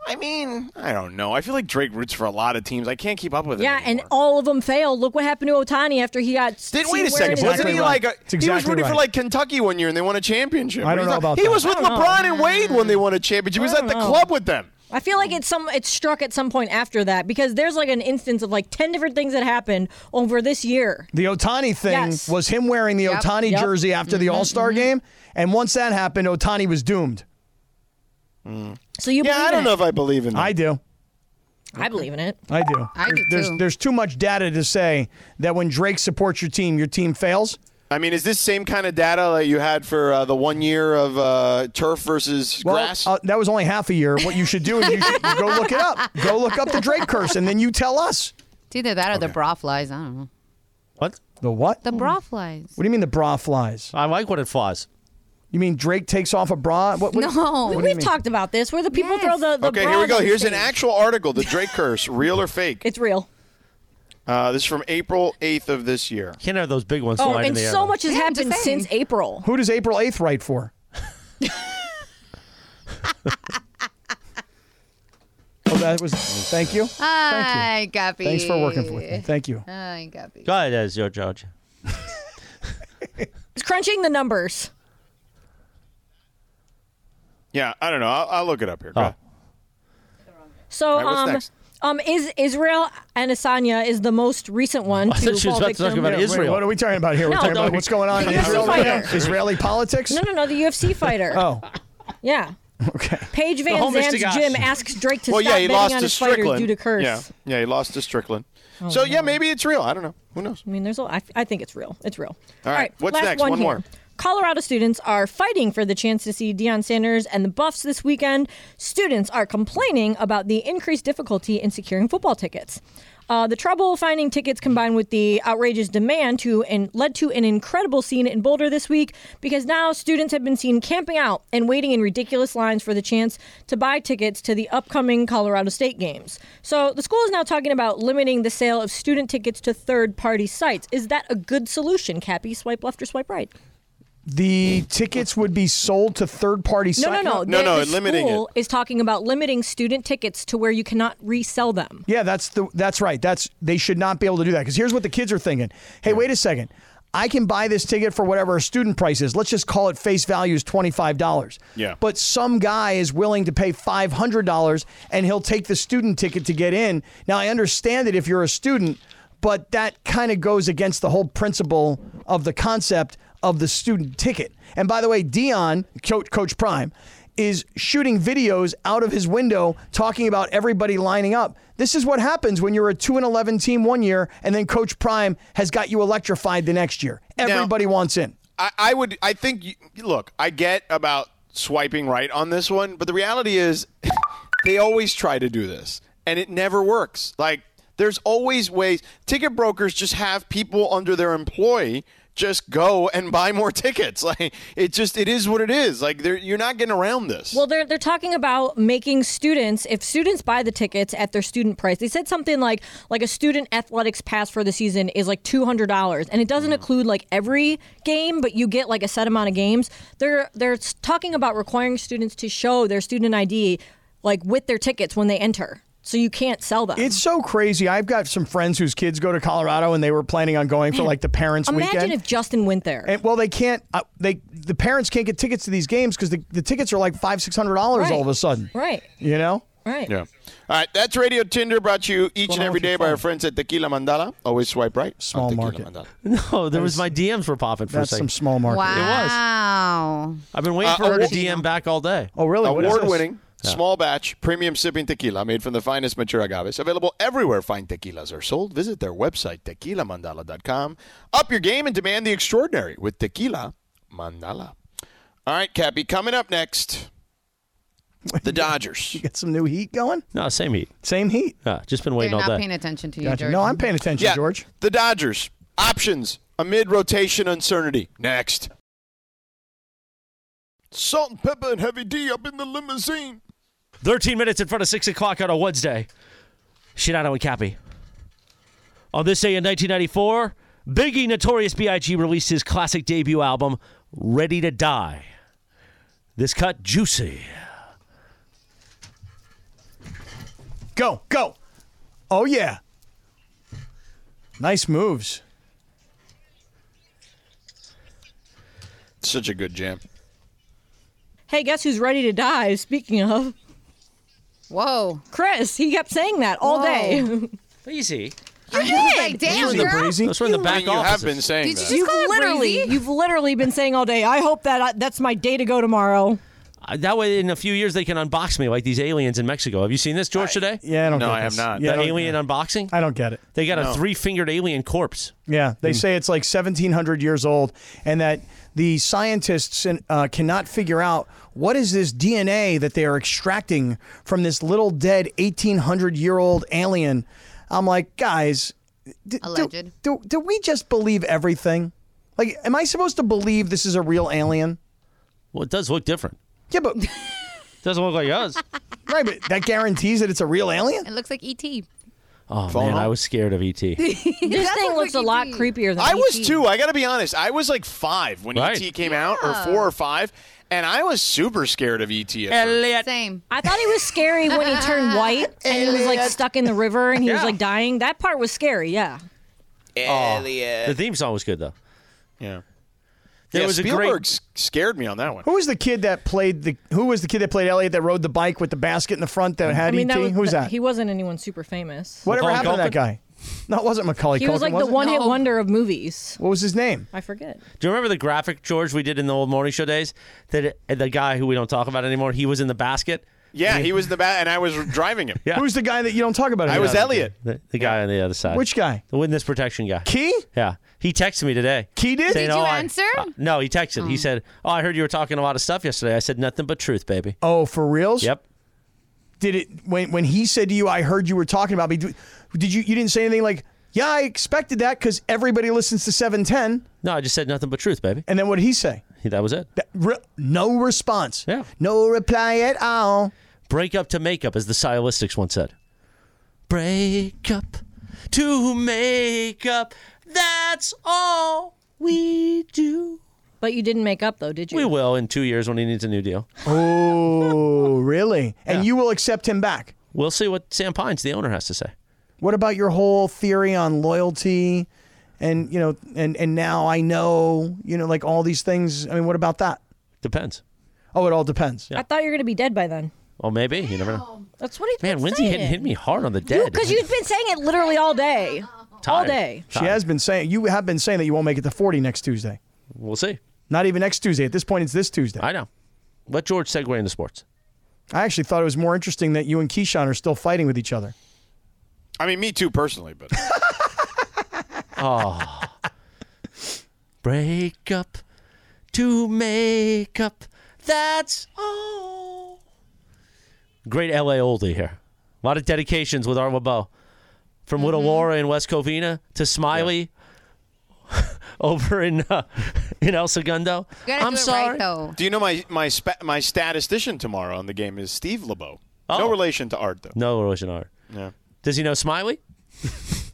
[SPEAKER 3] I mean, I don't know. I feel like Drake roots for a lot of teams. I can't keep up with it.
[SPEAKER 4] Yeah, and
[SPEAKER 3] anymore.
[SPEAKER 4] all of them failed. Look what happened to Otani after he got.
[SPEAKER 3] Did,
[SPEAKER 4] seen
[SPEAKER 3] wait a
[SPEAKER 4] wearing
[SPEAKER 3] second.
[SPEAKER 4] his-
[SPEAKER 3] Wasn't
[SPEAKER 5] exactly
[SPEAKER 3] he
[SPEAKER 5] right.
[SPEAKER 3] like a,
[SPEAKER 5] It's
[SPEAKER 3] he was
[SPEAKER 5] exactly
[SPEAKER 3] rooting for
[SPEAKER 5] right.
[SPEAKER 3] like Kentucky one year and they won a championship?
[SPEAKER 5] I don't
[SPEAKER 3] He's
[SPEAKER 5] know
[SPEAKER 3] like-
[SPEAKER 5] about
[SPEAKER 3] He
[SPEAKER 5] that.
[SPEAKER 3] was with
[SPEAKER 4] I don't know.
[SPEAKER 3] LeBron and Wade when they won a championship. He was at the club with them.
[SPEAKER 4] I feel like it's some it's struck at some point after that because there's like an instance of like ten different things that happened over this year.
[SPEAKER 5] The Otani thing
[SPEAKER 4] Yes.
[SPEAKER 5] was him wearing the Otani
[SPEAKER 4] Yep.
[SPEAKER 5] jersey after
[SPEAKER 6] Mm-hmm,
[SPEAKER 5] the All Star game, and once that happened, Otani was doomed.
[SPEAKER 4] So you
[SPEAKER 3] Yeah,
[SPEAKER 4] believe
[SPEAKER 3] I
[SPEAKER 4] in
[SPEAKER 3] don't know
[SPEAKER 4] it.
[SPEAKER 3] if I believe in that.
[SPEAKER 5] I do.
[SPEAKER 4] I believe in it.
[SPEAKER 5] I do.
[SPEAKER 6] I do,
[SPEAKER 5] there's
[SPEAKER 6] too.
[SPEAKER 5] there's too much data to say that when Drake supports your team, your team fails.
[SPEAKER 3] I mean, is this same kind of data that you had for uh, the one year of uh, turf versus
[SPEAKER 5] Well,
[SPEAKER 3] grass?
[SPEAKER 5] uh, that was only half a year. What you should do is you should go look it up. Go look up the Drake curse, and then you tell us
[SPEAKER 6] It's either that or the bra flies. I don't know.
[SPEAKER 2] What?
[SPEAKER 5] the what.
[SPEAKER 6] The bra flies.
[SPEAKER 5] What do you mean the bra flies?
[SPEAKER 2] I like what it flies.
[SPEAKER 5] You mean Drake takes off a bra? What, what-
[SPEAKER 2] Oh,
[SPEAKER 6] No.
[SPEAKER 4] We've talked about this where the people
[SPEAKER 6] Yes.
[SPEAKER 4] throw the, the
[SPEAKER 3] okay, here we
[SPEAKER 4] bras
[SPEAKER 3] go.
[SPEAKER 4] on the
[SPEAKER 3] Here's an
[SPEAKER 4] stage.
[SPEAKER 3] actual article The Drake Curse, real or fake.
[SPEAKER 4] It's real.
[SPEAKER 3] Uh, this is from April 8th of this year.
[SPEAKER 2] Can't have those big ones
[SPEAKER 4] Oh,
[SPEAKER 2] flying in
[SPEAKER 4] and
[SPEAKER 2] the air.
[SPEAKER 4] so
[SPEAKER 2] though.
[SPEAKER 4] much has
[SPEAKER 6] Yeah, I'm
[SPEAKER 4] happened
[SPEAKER 6] just saying.
[SPEAKER 4] since April.
[SPEAKER 5] Who does April 8th write for? oh, that was. Thank you. Thank you.
[SPEAKER 6] Hi, Guppy.
[SPEAKER 5] Thanks for working with me. Thank you.
[SPEAKER 6] Hi, Guppy.
[SPEAKER 2] Go ahead, as your judge.
[SPEAKER 4] It's crunching the numbers.
[SPEAKER 3] Yeah, I don't know. I'll, I'll look it up here. Go
[SPEAKER 2] Oh.
[SPEAKER 3] ahead.
[SPEAKER 4] So
[SPEAKER 3] right, what's
[SPEAKER 4] um
[SPEAKER 3] next?
[SPEAKER 4] um is Israel Adesanya is the most recent one
[SPEAKER 2] I
[SPEAKER 4] to
[SPEAKER 2] thought she was
[SPEAKER 4] fall
[SPEAKER 2] about to talk
[SPEAKER 4] victim.
[SPEAKER 2] about
[SPEAKER 5] Wait,
[SPEAKER 2] Israel.
[SPEAKER 5] what are we talking about here? We're
[SPEAKER 4] No,
[SPEAKER 5] talking
[SPEAKER 4] no.
[SPEAKER 5] about what's going on in
[SPEAKER 4] The UFC
[SPEAKER 5] Israel right now?
[SPEAKER 4] fighter.
[SPEAKER 5] Israeli politics?
[SPEAKER 4] No, no, no, the UFC fighter.
[SPEAKER 5] Oh,
[SPEAKER 4] Yeah.
[SPEAKER 5] okay.
[SPEAKER 4] Paige Van
[SPEAKER 2] homage to
[SPEAKER 4] Zandt's
[SPEAKER 2] God.
[SPEAKER 4] gym asks Drake to
[SPEAKER 3] Well,
[SPEAKER 4] stop
[SPEAKER 3] yeah, he
[SPEAKER 4] betting
[SPEAKER 3] lost
[SPEAKER 4] on
[SPEAKER 3] to
[SPEAKER 4] his fighters
[SPEAKER 3] Strickland.
[SPEAKER 4] due to curse. Oh,
[SPEAKER 3] Yeah, yeah, he lost to Strickland. so yeah, maybe it's real. I don't know. Who knows?
[SPEAKER 4] I mean, there's a. I, I think it's real. It's real.
[SPEAKER 3] All right, what's
[SPEAKER 4] last
[SPEAKER 3] next?
[SPEAKER 4] One,
[SPEAKER 3] One
[SPEAKER 4] here.
[SPEAKER 3] more.
[SPEAKER 4] Colorado students are fighting for the chance to see Deion Sanders and the Buffs this weekend. Students are complaining about the increased difficulty in securing football tickets. Uh, the trouble finding tickets combined with the outrageous demand to and led to an incredible scene in Boulder this week because now students have been seen camping out and waiting in ridiculous lines for the chance to buy tickets to the upcoming Colorado State games. So the school is now talking about limiting the sale of student tickets to third party sites. Is that a good solution, Cappy? Swipe left or swipe right?
[SPEAKER 5] The tickets would be sold to third party
[SPEAKER 4] No, no, no.
[SPEAKER 3] No,
[SPEAKER 4] The-
[SPEAKER 3] no,
[SPEAKER 4] The
[SPEAKER 3] and limiting
[SPEAKER 4] school is talking about limiting student tickets to where you cannot resell them.
[SPEAKER 5] Yeah, that's the that's right. That's they should not be able to do that because here's what the kids are thinking. Hey, wait a second. I can buy this ticket for whatever a student price is. Let's just call it face value is twenty five dollars.
[SPEAKER 3] Yeah.
[SPEAKER 5] But some guy is willing to pay five hundred dollars and he'll take the student ticket to get in. Now I understand it if you're a student, but that kind of goes against the whole principle of the concept of the student ticket. And by the way, Dion, Coach, Coach Prime, is shooting videos out of his window talking about everybody lining up. This is what happens when you're a 2 and 11 team one year and then coach Prime has got you electrified the next year. Everybody wants in.
[SPEAKER 3] I, I would. I think. You, look, I get about swiping right on this one, but the reality is, they always try to do this, and it never works. Like there's always ways. Ticket brokers just have people under their employ just go and buy more tickets. Like it just it is what it is. Like there you're not getting around this.
[SPEAKER 4] Well, they're they're talking about making students if students buy the tickets at their student price. They said something like like a student athletics pass for the season is like two hundred dollars, and it doesn't include like every game, but you get like a set amount of games. They're they're s- talking about requiring students to show their student ID like with their tickets when they enter, so you can't sell them.
[SPEAKER 5] It's so crazy. I've got some friends whose kids go to Colorado and they were planning on going for like the parents'
[SPEAKER 4] Imagine
[SPEAKER 5] weekend.
[SPEAKER 4] if Justin went there.
[SPEAKER 5] and well, they can't. Uh, they the parents can't get tickets to these games because the, the tickets are like five six hundred dollars all of a
[SPEAKER 4] Right.
[SPEAKER 5] sudden.
[SPEAKER 4] right,
[SPEAKER 5] You know.
[SPEAKER 4] right.
[SPEAKER 3] All right, that's Radio Tinder brought to you each and
[SPEAKER 5] going on
[SPEAKER 3] every
[SPEAKER 5] with your
[SPEAKER 3] day by
[SPEAKER 5] phone?
[SPEAKER 3] our friends at Tequila Mandala. Always swipe right. on
[SPEAKER 5] Small
[SPEAKER 3] Tequila
[SPEAKER 5] market.
[SPEAKER 3] Mandala.
[SPEAKER 2] No, there was my DMs were popping for a
[SPEAKER 5] That's
[SPEAKER 2] second.
[SPEAKER 5] some small market.
[SPEAKER 6] Wow.
[SPEAKER 2] I've been waiting
[SPEAKER 3] Uh,
[SPEAKER 2] for her to
[SPEAKER 3] award-
[SPEAKER 2] DM back all day.
[SPEAKER 5] Oh, really? What is this?
[SPEAKER 3] Award winning, small batch, premium sipping tequila made from the finest mature agaves. Available everywhere fine tequilas are sold. Visit their website, tequilamandala.com. Up your game and demand the extraordinary with Tequila Mandala. All right, Cappy, coming up next, the Dodgers.
[SPEAKER 5] Get some new heat going.
[SPEAKER 2] No, same heat.
[SPEAKER 5] Same heat.
[SPEAKER 2] Yeah, just been
[SPEAKER 6] They're
[SPEAKER 2] waiting
[SPEAKER 6] not
[SPEAKER 2] all day.
[SPEAKER 6] paying attention to you,
[SPEAKER 5] Gotcha.
[SPEAKER 6] George.
[SPEAKER 5] No, I'm paying attention,
[SPEAKER 3] Yeah,
[SPEAKER 5] George.
[SPEAKER 3] The Dodgers. Options amid rotation uncertainty. Next. Salt and pepper and heavy D up in the limousine.
[SPEAKER 2] 13 minutes in front of 6 o'clock on a Wednesday. Shinano and Cappy. On this day in 1994, Biggie Notorious B.I.G. released his classic debut album, Ready to Die. This cut, juicy.
[SPEAKER 5] Go, go. Oh yeah. Nice moves.
[SPEAKER 3] Such a good jam.
[SPEAKER 4] Hey, guess who's ready to die? Speaking of
[SPEAKER 6] Whoa.
[SPEAKER 4] Chris, he kept saying that all
[SPEAKER 6] Whoa.
[SPEAKER 4] day.
[SPEAKER 2] Easy.
[SPEAKER 6] You did. Like, damn,
[SPEAKER 5] Easy,
[SPEAKER 6] girl.
[SPEAKER 5] breezy.
[SPEAKER 2] Those were in the
[SPEAKER 3] I
[SPEAKER 2] back
[SPEAKER 3] mean, you have
[SPEAKER 2] offices.
[SPEAKER 3] been saying
[SPEAKER 6] Did
[SPEAKER 3] that.
[SPEAKER 6] you
[SPEAKER 4] You've
[SPEAKER 6] call it
[SPEAKER 4] literally,
[SPEAKER 6] breezy?
[SPEAKER 4] you've literally been saying all day. I hope that I, that's my day to go tomorrow.
[SPEAKER 2] Uh, That way, in a few years, they can unbox me like these aliens in Mexico. Have you seen this, George, today?
[SPEAKER 5] Yeah, I don't.
[SPEAKER 3] No,
[SPEAKER 5] get
[SPEAKER 3] I have
[SPEAKER 5] this.
[SPEAKER 3] not.
[SPEAKER 5] Yeah, I
[SPEAKER 2] the
[SPEAKER 5] don't-
[SPEAKER 2] alien unboxing?
[SPEAKER 5] I don't get it.
[SPEAKER 2] They got a three fingered alien corpse.
[SPEAKER 5] Yeah,
[SPEAKER 4] Hmm.
[SPEAKER 5] they say it's like 1,700 years old, and that the scientists uh, cannot figure out what is this DNA that they are extracting from this little dead 1,800 year old alien. I'm like, guys, d- do,
[SPEAKER 6] Alleged.
[SPEAKER 5] do, do we just believe everything? Like, am I supposed to believe this is a real alien?
[SPEAKER 2] Well, it does look different.
[SPEAKER 5] Yeah, but
[SPEAKER 2] Doesn't look like us.
[SPEAKER 5] right, but that guarantees that it's a real alien.
[SPEAKER 6] It looks like E E.T.
[SPEAKER 2] Oh
[SPEAKER 3] Phone
[SPEAKER 2] man, I
[SPEAKER 3] home?
[SPEAKER 2] was scared of E ET.
[SPEAKER 4] This
[SPEAKER 6] That's
[SPEAKER 4] thing
[SPEAKER 6] what
[SPEAKER 4] looks a
[SPEAKER 6] Ricky
[SPEAKER 4] lot
[SPEAKER 6] did.
[SPEAKER 4] creepier than
[SPEAKER 3] I was
[SPEAKER 4] ET.
[SPEAKER 3] too. I got to be honest. I was like five when
[SPEAKER 2] Right.
[SPEAKER 3] ET came out, or four or five, and I was super scared of ET. at first.
[SPEAKER 2] Elliot.
[SPEAKER 6] Same.
[SPEAKER 4] I thought he was scary when he turned white and he was like stuck in the river and he was
[SPEAKER 3] Yeah.
[SPEAKER 4] like dying. That part was scary, yeah.
[SPEAKER 2] The theme song was good though.
[SPEAKER 3] Yeah,
[SPEAKER 2] There
[SPEAKER 3] yeah.
[SPEAKER 2] was a great-
[SPEAKER 3] Spielberg s- scared me on that one.
[SPEAKER 5] Who was the kid that played the? Who was the kid that played Elliot that rode the bike with the basket in the front that had
[SPEAKER 4] I mean,
[SPEAKER 5] ET?
[SPEAKER 4] that was,
[SPEAKER 5] E Who was that?
[SPEAKER 4] He wasn't anyone super famous.
[SPEAKER 5] Whatever
[SPEAKER 2] Macaulay
[SPEAKER 5] happened to that
[SPEAKER 2] Culkin?
[SPEAKER 5] guy? No, it wasn't Macaulay
[SPEAKER 4] He
[SPEAKER 5] Culkin.
[SPEAKER 4] was like
[SPEAKER 5] was
[SPEAKER 4] the
[SPEAKER 5] it?
[SPEAKER 4] one hit
[SPEAKER 6] No.
[SPEAKER 4] wonder of movies.
[SPEAKER 5] What was his name?
[SPEAKER 4] I forget.
[SPEAKER 2] Do you remember the graphic George we did in the old morning show days? That uh, the guy who we don't talk about anymore, he was in the basket.
[SPEAKER 3] Yeah, he was in the bat, and I was driving him.
[SPEAKER 2] Yeah.
[SPEAKER 5] Who's the guy that you don't talk about?
[SPEAKER 3] I
[SPEAKER 5] anymore?
[SPEAKER 3] was Elliot.
[SPEAKER 2] The, the guy on the other side.
[SPEAKER 5] Which guy?
[SPEAKER 2] The witness protection guy.
[SPEAKER 5] Key?
[SPEAKER 2] Yeah, he texted me today.
[SPEAKER 5] Key did?
[SPEAKER 2] saying,
[SPEAKER 6] Did you
[SPEAKER 2] "Oh, I-"
[SPEAKER 6] answer? Mm.
[SPEAKER 2] Uh, no, he texted. He said, "Oh, I heard you were talking a lot of stuff yesterday." I said, "Nothing but truth, baby."
[SPEAKER 5] Oh, for reals?
[SPEAKER 2] Yep.
[SPEAKER 5] Did it when when he said to you, "I heard you were talking about me"? do- Did you you didn't say anything like, "Yeah, I expected that" because everybody listens to seven ten?
[SPEAKER 2] No, I just said nothing but truth, baby.
[SPEAKER 5] And then what did he say?
[SPEAKER 2] That was it.
[SPEAKER 5] That- re- no response.
[SPEAKER 2] Yeah.
[SPEAKER 5] No reply at all.
[SPEAKER 2] Break up to make up, as the stylistics once said. Break up to make up. That's all we do.
[SPEAKER 4] But you didn't make up though, did you?
[SPEAKER 2] We will in two years when he needs a new deal.
[SPEAKER 5] Oh, really? And you will accept him back.
[SPEAKER 2] We'll see what Sam Pines, the owner, has to say.
[SPEAKER 5] What about your whole theory on loyalty? And you know, and and now I know, you know, like all these things. I mean, what about that?
[SPEAKER 2] Depends.
[SPEAKER 5] Oh, it all depends.
[SPEAKER 4] I thought you were gonna be dead by then.
[SPEAKER 2] Well, maybe you never know.
[SPEAKER 4] That's what he
[SPEAKER 2] Man, Lindsay hit, hit me hard on the dead.
[SPEAKER 4] because you've been saying it literally all day, all
[SPEAKER 2] Tired.
[SPEAKER 4] day.
[SPEAKER 5] She has been saying you have been saying that you won't make it to 40 next Tuesday.
[SPEAKER 2] We'll see.
[SPEAKER 5] Not even next Tuesday. At this point, it's this Tuesday. I,
[SPEAKER 2] I know. Let George segue into sports.
[SPEAKER 5] actually thought it was more interesting that you and Keyshawn are still fighting with each other.
[SPEAKER 3] I mean, me too personally, but
[SPEAKER 2] Break up to make up. That's all. Great LA oldie here. A lot of dedications with
[SPEAKER 6] Mm-hmm.
[SPEAKER 2] Art LeBeau. From Little Laura in West Covina to Smiley. over in uh, in El Segundo.
[SPEAKER 6] gotta
[SPEAKER 2] I'm
[SPEAKER 6] do it
[SPEAKER 2] sorry.
[SPEAKER 6] right though.
[SPEAKER 3] Do you know my my spa- my statistician tomorrow on the game is Steve LeBeau.
[SPEAKER 2] Oh.
[SPEAKER 3] No relation to Art though.
[SPEAKER 2] No relation to Art.
[SPEAKER 3] Yeah.
[SPEAKER 2] Does he know Smiley?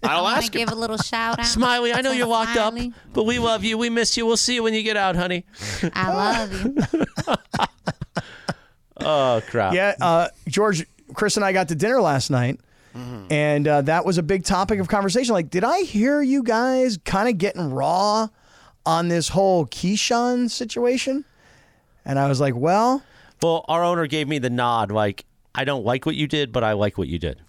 [SPEAKER 3] I'll
[SPEAKER 6] I want
[SPEAKER 3] ask
[SPEAKER 6] to
[SPEAKER 3] him.
[SPEAKER 6] give a little shout out.
[SPEAKER 2] Smiley, I know
[SPEAKER 6] to
[SPEAKER 2] you're locked
[SPEAKER 6] Smiley.
[SPEAKER 2] up, but we love you. We miss you. We'll see you when you get out, honey.
[SPEAKER 6] I love you.
[SPEAKER 2] Oh crap.
[SPEAKER 5] Yeah, uh, George, Chris, and I got to dinner last night, and uh, that was a big topic of conversation. Like, did I hear you guys kind of getting raw on this whole Keyshawn situation? And I was like, well,
[SPEAKER 2] Well, our owner gave me the nod, like, I don't like what you did, but I like what you did.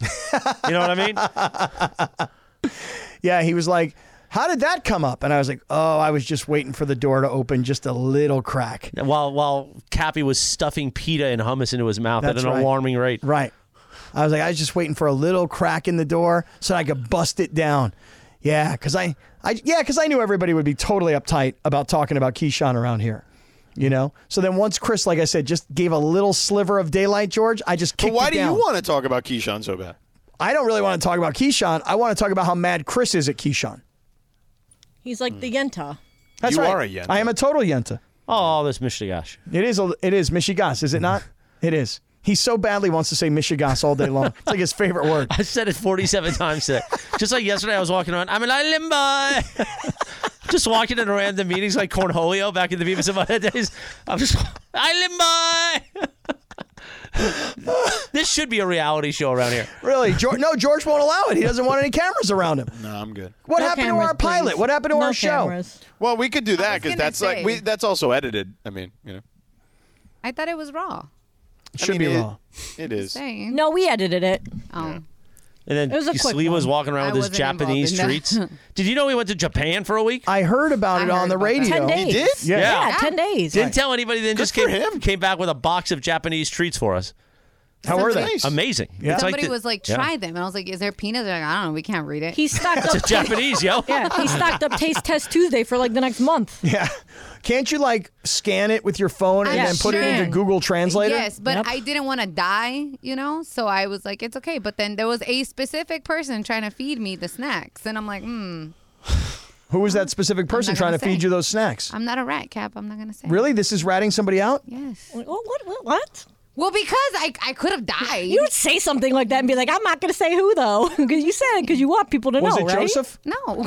[SPEAKER 2] you know what I mean?
[SPEAKER 5] yeah. He was like, how did that come up? And I was like, oh, I was just waiting for the door to open just a little crack.
[SPEAKER 2] While while Cappy was stuffing pita and hummus into his mouth
[SPEAKER 5] That's
[SPEAKER 2] at an
[SPEAKER 5] right.
[SPEAKER 2] alarming rate.
[SPEAKER 5] Right. I was like, I was just waiting for a little crack in the door so I could bust it down. Yeah, because I, I, yeah, because I knew everybody would be totally uptight about talking about Keyshawn around here, you know. So then once Chris, like I said, just gave a little sliver of daylight, George, I just kicked
[SPEAKER 3] But why
[SPEAKER 5] it
[SPEAKER 3] do
[SPEAKER 5] down.
[SPEAKER 3] you want to talk about Keyshawn so bad?
[SPEAKER 5] I don't really want to talk about Keyshawn. I want to talk about how mad Chris is at Keyshawn.
[SPEAKER 4] He's like the Yenta.
[SPEAKER 5] That's
[SPEAKER 3] You
[SPEAKER 5] right.
[SPEAKER 3] are a yenta.
[SPEAKER 5] I am a total yenta.
[SPEAKER 2] Oh, this Michigash.
[SPEAKER 5] It is. A, it is Michigas, is it not? it is. He so badly wants to say Michigas all day long. it's like his favorite word.
[SPEAKER 2] I said it 47 times today. Just like yesterday, I was walking around. I'm an island boy. just walking in random meetings like Cornholio back in the Beavis and Butthead days. I'm just, island boy. this should be a reality show around here.
[SPEAKER 5] Really, George, no, George won't allow it. He doesn't want any cameras around him.
[SPEAKER 3] No, I'm good.
[SPEAKER 5] What
[SPEAKER 4] No
[SPEAKER 5] happened to
[SPEAKER 4] cameras,
[SPEAKER 5] our pilot?
[SPEAKER 4] please.
[SPEAKER 5] What happened to
[SPEAKER 4] No
[SPEAKER 5] our show?
[SPEAKER 4] cameras.
[SPEAKER 3] Well, we could do that
[SPEAKER 6] was
[SPEAKER 3] because
[SPEAKER 6] gonna
[SPEAKER 3] that's like we
[SPEAKER 6] say.
[SPEAKER 3] that's also edited. I mean, you know,
[SPEAKER 6] I thought it was raw.
[SPEAKER 5] Should
[SPEAKER 3] mean,
[SPEAKER 5] be
[SPEAKER 3] it-
[SPEAKER 5] raw.
[SPEAKER 3] it is.
[SPEAKER 6] Saying.
[SPEAKER 4] No, we edited it.
[SPEAKER 6] Oh.
[SPEAKER 2] And then
[SPEAKER 4] It was a quick
[SPEAKER 2] Slee was
[SPEAKER 4] one.
[SPEAKER 2] walking around
[SPEAKER 6] I
[SPEAKER 2] with his
[SPEAKER 6] wasn't involved
[SPEAKER 2] Japanese
[SPEAKER 6] in that. Uh,
[SPEAKER 2] treats. Did you know he went to Japan for a week?
[SPEAKER 5] I heard about
[SPEAKER 6] I
[SPEAKER 5] it on
[SPEAKER 6] heard
[SPEAKER 5] the
[SPEAKER 6] about that.
[SPEAKER 5] radio.
[SPEAKER 4] Ten days.
[SPEAKER 3] did?
[SPEAKER 5] Yeah.
[SPEAKER 2] Yeah.
[SPEAKER 4] Yeah, ten days.
[SPEAKER 2] Didn't tell anybody. Then just came,
[SPEAKER 3] for him.
[SPEAKER 2] came back with a box of Japanese treats for us.
[SPEAKER 5] How were they?
[SPEAKER 3] Nice.
[SPEAKER 2] Amazing. Yeah.
[SPEAKER 6] Somebody was like, try them. And I was like, is there peanuts? They're like, I don't know. We can't read it.
[SPEAKER 4] He stocked up.
[SPEAKER 2] Japanese, yo.
[SPEAKER 4] yeah, he stocked up Taste Test Tuesday for like the next month.
[SPEAKER 5] Yeah. Can't you like scan it with your phone and
[SPEAKER 6] I'm
[SPEAKER 5] then put it
[SPEAKER 6] sure.
[SPEAKER 5] into Google Translator?
[SPEAKER 6] Yes, but I didn't want to die, you know? So I was like, it's okay. But then there was a specific person trying to feed me the snacks. And I'm like, hmm,
[SPEAKER 5] Who was that specific person
[SPEAKER 6] not
[SPEAKER 5] trying to
[SPEAKER 6] gonna
[SPEAKER 5] feed
[SPEAKER 6] say.
[SPEAKER 5] you those snacks?
[SPEAKER 6] I'm not a rat cap. I'm not going to say.
[SPEAKER 5] really? This is ratting somebody out?
[SPEAKER 6] Yes.
[SPEAKER 4] Oh, what? What? what?
[SPEAKER 6] Well, because I, I could have died.
[SPEAKER 4] You would say something like that and be like, "I'm not going to say who though," because you said it because you want people to
[SPEAKER 5] Was
[SPEAKER 4] know,
[SPEAKER 5] it
[SPEAKER 4] right?
[SPEAKER 5] Joseph?
[SPEAKER 6] no.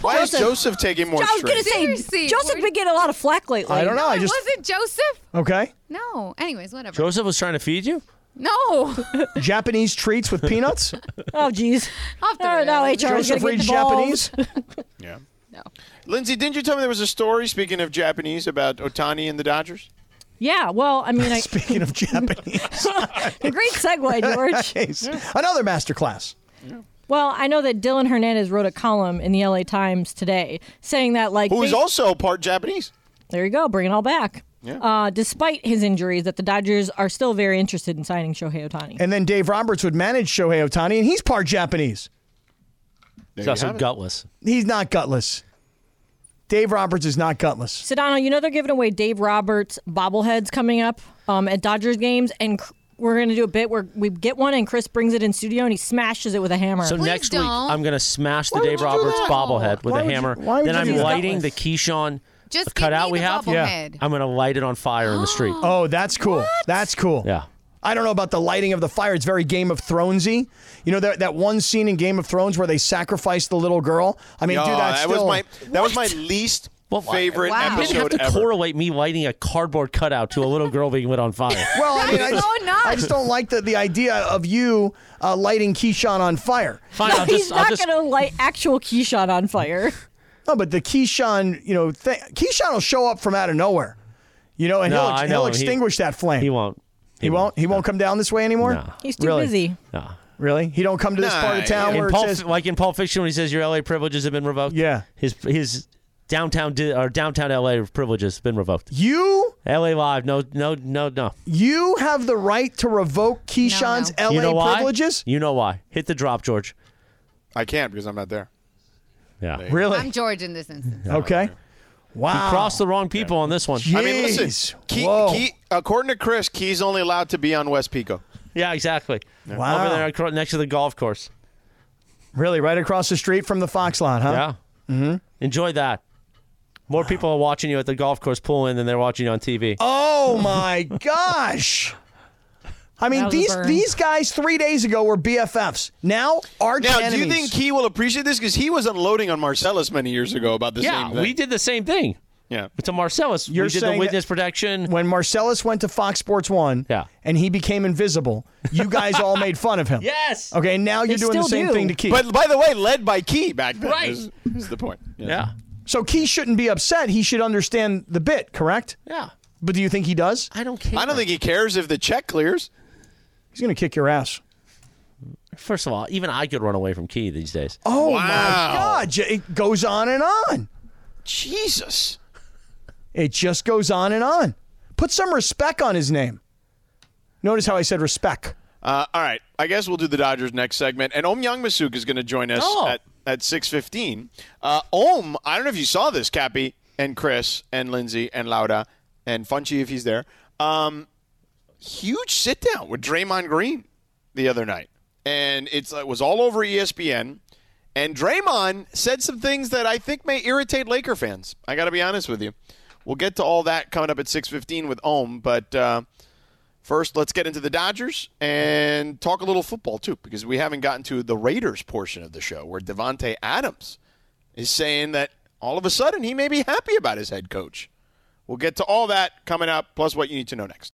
[SPEAKER 3] Why is Joseph taking more
[SPEAKER 4] I was
[SPEAKER 3] straight?
[SPEAKER 4] going to say
[SPEAKER 6] Seriously,
[SPEAKER 4] Joseph
[SPEAKER 6] we're-
[SPEAKER 4] been getting a lot of flack lately.
[SPEAKER 5] I don't know. I
[SPEAKER 6] it
[SPEAKER 5] just
[SPEAKER 6] wasn't Joseph.
[SPEAKER 5] okay.
[SPEAKER 6] No. Anyways, whatever.
[SPEAKER 2] Joseph was trying to feed you?
[SPEAKER 6] no.
[SPEAKER 5] Japanese treats with peanuts.
[SPEAKER 4] Oh, geez.
[SPEAKER 6] Off the
[SPEAKER 4] Oh, no,
[SPEAKER 6] rails.
[SPEAKER 4] HR is going
[SPEAKER 5] Joseph
[SPEAKER 4] to
[SPEAKER 5] reads
[SPEAKER 4] get involved.
[SPEAKER 5] Japanese.
[SPEAKER 3] yeah.
[SPEAKER 6] no.
[SPEAKER 3] Lindsay, didn't you tell me there was a story speaking of Japanese about Otani and the Dodgers?
[SPEAKER 4] Yeah. Well, I mean, I,
[SPEAKER 5] Speaking of Japanese,
[SPEAKER 4] great segue, George.
[SPEAKER 5] Nice. another masterclass.
[SPEAKER 4] Well, I know that Dylan Hernandez wrote a column in the LA Times today saying that, like,
[SPEAKER 3] Who is
[SPEAKER 4] they-
[SPEAKER 3] also part Japanese.
[SPEAKER 4] there you go, bring it all back. Uh, despite his injuries, that the Dodgers are still very interested in signing Shohei Otani.
[SPEAKER 5] And then Dave Roberts would manage Shohei Otani, and he's part Japanese.
[SPEAKER 3] There
[SPEAKER 2] He's
[SPEAKER 3] you
[SPEAKER 2] also
[SPEAKER 3] have it.
[SPEAKER 2] gutless.
[SPEAKER 5] He's not gutless. Dave Roberts is not gutless.
[SPEAKER 4] Sedano, you know they're giving away Dave Roberts bobbleheads coming up um, at Dodgers games, and c- we're going to do a bit where we get one, and Chris brings it in studio, and he smashes it with a hammer.
[SPEAKER 2] So
[SPEAKER 6] Please
[SPEAKER 2] next week,
[SPEAKER 6] don't.
[SPEAKER 2] I'm going to smash the
[SPEAKER 3] Why
[SPEAKER 2] Dave
[SPEAKER 3] would you do
[SPEAKER 2] Roberts
[SPEAKER 3] that?
[SPEAKER 2] bobblehead with
[SPEAKER 5] Why
[SPEAKER 2] a
[SPEAKER 5] would you-
[SPEAKER 2] hammer.
[SPEAKER 5] why would
[SPEAKER 2] then
[SPEAKER 5] you
[SPEAKER 2] I'm
[SPEAKER 5] do that?
[SPEAKER 2] lighting the Keyshawn
[SPEAKER 6] Just give
[SPEAKER 2] cutout
[SPEAKER 6] me
[SPEAKER 2] we
[SPEAKER 6] the
[SPEAKER 2] have.
[SPEAKER 6] bobblehead.
[SPEAKER 2] I'm going to light it on fire in the street.
[SPEAKER 5] Oh, that's cool. That's cool.
[SPEAKER 2] Yeah.
[SPEAKER 5] I don't know about the lighting of the fire. It's very Game of Thronesy. You know that that one scene in Game of Thrones where they sacrifice the little girl. I mean,
[SPEAKER 3] Yeah,
[SPEAKER 5] dude, that's
[SPEAKER 3] that
[SPEAKER 5] still,
[SPEAKER 3] was my that was my least favorite
[SPEAKER 6] Wow.
[SPEAKER 2] You didn't have
[SPEAKER 3] episode
[SPEAKER 2] to
[SPEAKER 3] ever.
[SPEAKER 2] correlate me lighting a cardboard cutout to a little girl being lit on fire.
[SPEAKER 5] Well, Oh, I mean, I
[SPEAKER 6] That's
[SPEAKER 5] just,
[SPEAKER 6] so nuts.
[SPEAKER 5] I just don't like the, the idea of you uh, lighting Keyshawn on fire.
[SPEAKER 2] Fine, I'll
[SPEAKER 4] He's
[SPEAKER 2] just, I'll
[SPEAKER 4] not
[SPEAKER 2] just
[SPEAKER 4] going to light actual Keyshawn on fire.
[SPEAKER 5] No, but the Keyshawn, you know, thing, Keyshawn will show up from out of nowhere. You know, and
[SPEAKER 2] No,
[SPEAKER 5] he'll,
[SPEAKER 2] I
[SPEAKER 5] ex-
[SPEAKER 2] know
[SPEAKER 5] he'll
[SPEAKER 2] him. He-
[SPEAKER 5] extinguish that flame.
[SPEAKER 2] he won't.
[SPEAKER 5] He won't. He won't come down this way anymore.
[SPEAKER 2] No.
[SPEAKER 4] He's too
[SPEAKER 5] Really?
[SPEAKER 4] busy.
[SPEAKER 2] No.
[SPEAKER 5] Really? He don't come to this
[SPEAKER 3] Nah,
[SPEAKER 5] part of town
[SPEAKER 3] yeah.
[SPEAKER 5] where
[SPEAKER 2] In
[SPEAKER 5] it
[SPEAKER 2] Pulp,
[SPEAKER 5] says
[SPEAKER 2] like in Pulp Fiction, when he says your LA privileges have been revoked.
[SPEAKER 5] Yeah.
[SPEAKER 2] His his downtown di- or downtown LA privileges have been revoked.
[SPEAKER 5] you
[SPEAKER 2] LA Live, no, no, no, no.
[SPEAKER 5] you have the right to revoke Keyshawn's
[SPEAKER 6] No,
[SPEAKER 5] LA
[SPEAKER 2] you know why?
[SPEAKER 5] privileges.
[SPEAKER 2] You know why? Hit the drop, George.
[SPEAKER 3] I can't because I'm not there.
[SPEAKER 2] Yeah.
[SPEAKER 5] Really?
[SPEAKER 6] I'm George in this instance.
[SPEAKER 5] okay. Wow.
[SPEAKER 2] Cross the wrong people on this one.
[SPEAKER 3] I mean,
[SPEAKER 5] Jeez.
[SPEAKER 3] listen, Key,
[SPEAKER 5] Whoa.
[SPEAKER 3] Key, according to Chris, Key's only allowed to be on West Pico.
[SPEAKER 2] Yeah, exactly.
[SPEAKER 5] Wow.
[SPEAKER 2] Over there acro- next to the golf course.
[SPEAKER 5] Really, right across the street from the Fox lot, huh? Mm-hmm.
[SPEAKER 2] Yeah. Enjoy that. More people are watching you at the golf course pool in than they're watching you on TV.
[SPEAKER 5] Oh my gosh. I mean,
[SPEAKER 6] was a
[SPEAKER 5] these
[SPEAKER 6] burn.
[SPEAKER 5] these guys three days ago were BFFs. Now, arch
[SPEAKER 3] Now, do
[SPEAKER 5] enemies.
[SPEAKER 3] you think he will appreciate this? Because he was unloading on Marcellus many years ago about the
[SPEAKER 2] yeah,
[SPEAKER 3] same thing.
[SPEAKER 2] we did the same thing.
[SPEAKER 3] yeah.
[SPEAKER 2] To Marcellus,
[SPEAKER 5] You're
[SPEAKER 2] we did the
[SPEAKER 5] saying that-
[SPEAKER 2] witness protection.
[SPEAKER 5] when Marcellus went to Fox Sports One,
[SPEAKER 2] Yeah.
[SPEAKER 5] and he became invisible, you guys all made fun of him.
[SPEAKER 2] Yes.
[SPEAKER 5] Okay, now you're
[SPEAKER 4] They
[SPEAKER 5] doing the
[SPEAKER 4] still
[SPEAKER 5] same
[SPEAKER 4] do.
[SPEAKER 5] thing to Key.
[SPEAKER 3] But by the way, led by Key back then
[SPEAKER 2] Right.
[SPEAKER 3] is, is the point. Yeah.
[SPEAKER 2] Yeah.
[SPEAKER 5] so Key shouldn't be upset. He should understand the bit, correct?
[SPEAKER 2] Yeah.
[SPEAKER 5] But do you think he does?
[SPEAKER 2] I don't care.
[SPEAKER 3] I don't think he cares if the check clears.
[SPEAKER 5] He's going to kick your ass.
[SPEAKER 2] First of all, even I could run away from Key these days.
[SPEAKER 5] Oh
[SPEAKER 3] Wow.
[SPEAKER 5] my God! J- It goes on and on.
[SPEAKER 3] Jesus.
[SPEAKER 5] It just goes on and on. Put some respect on his name. Notice how I said respect.
[SPEAKER 3] Uh, all right, I guess we'll do the Dodgers next segment, and Om Young Masuk is going to join us
[SPEAKER 2] Oh.
[SPEAKER 3] at at six fifteen. Uh, Om, I don't know if you saw this, Cappy and Chris and Lindsay and Lauda and Funchy if he's there. Um, huge sit down with Draymond Green the other night, and it's it was all over E ESPN. And Draymond said some things that I think may irritate Laker fans. I got to be honest with you. We'll get to all that coming up at six fifteen with Om, but. Uh, First, let's get into the Dodgers and talk a little football too, because we haven't gotten to the Raiders portion of the show where Devonte Adams is saying that all of a sudden he may be happy about his head coach. We'll get to all that coming up, plus what you need to know next.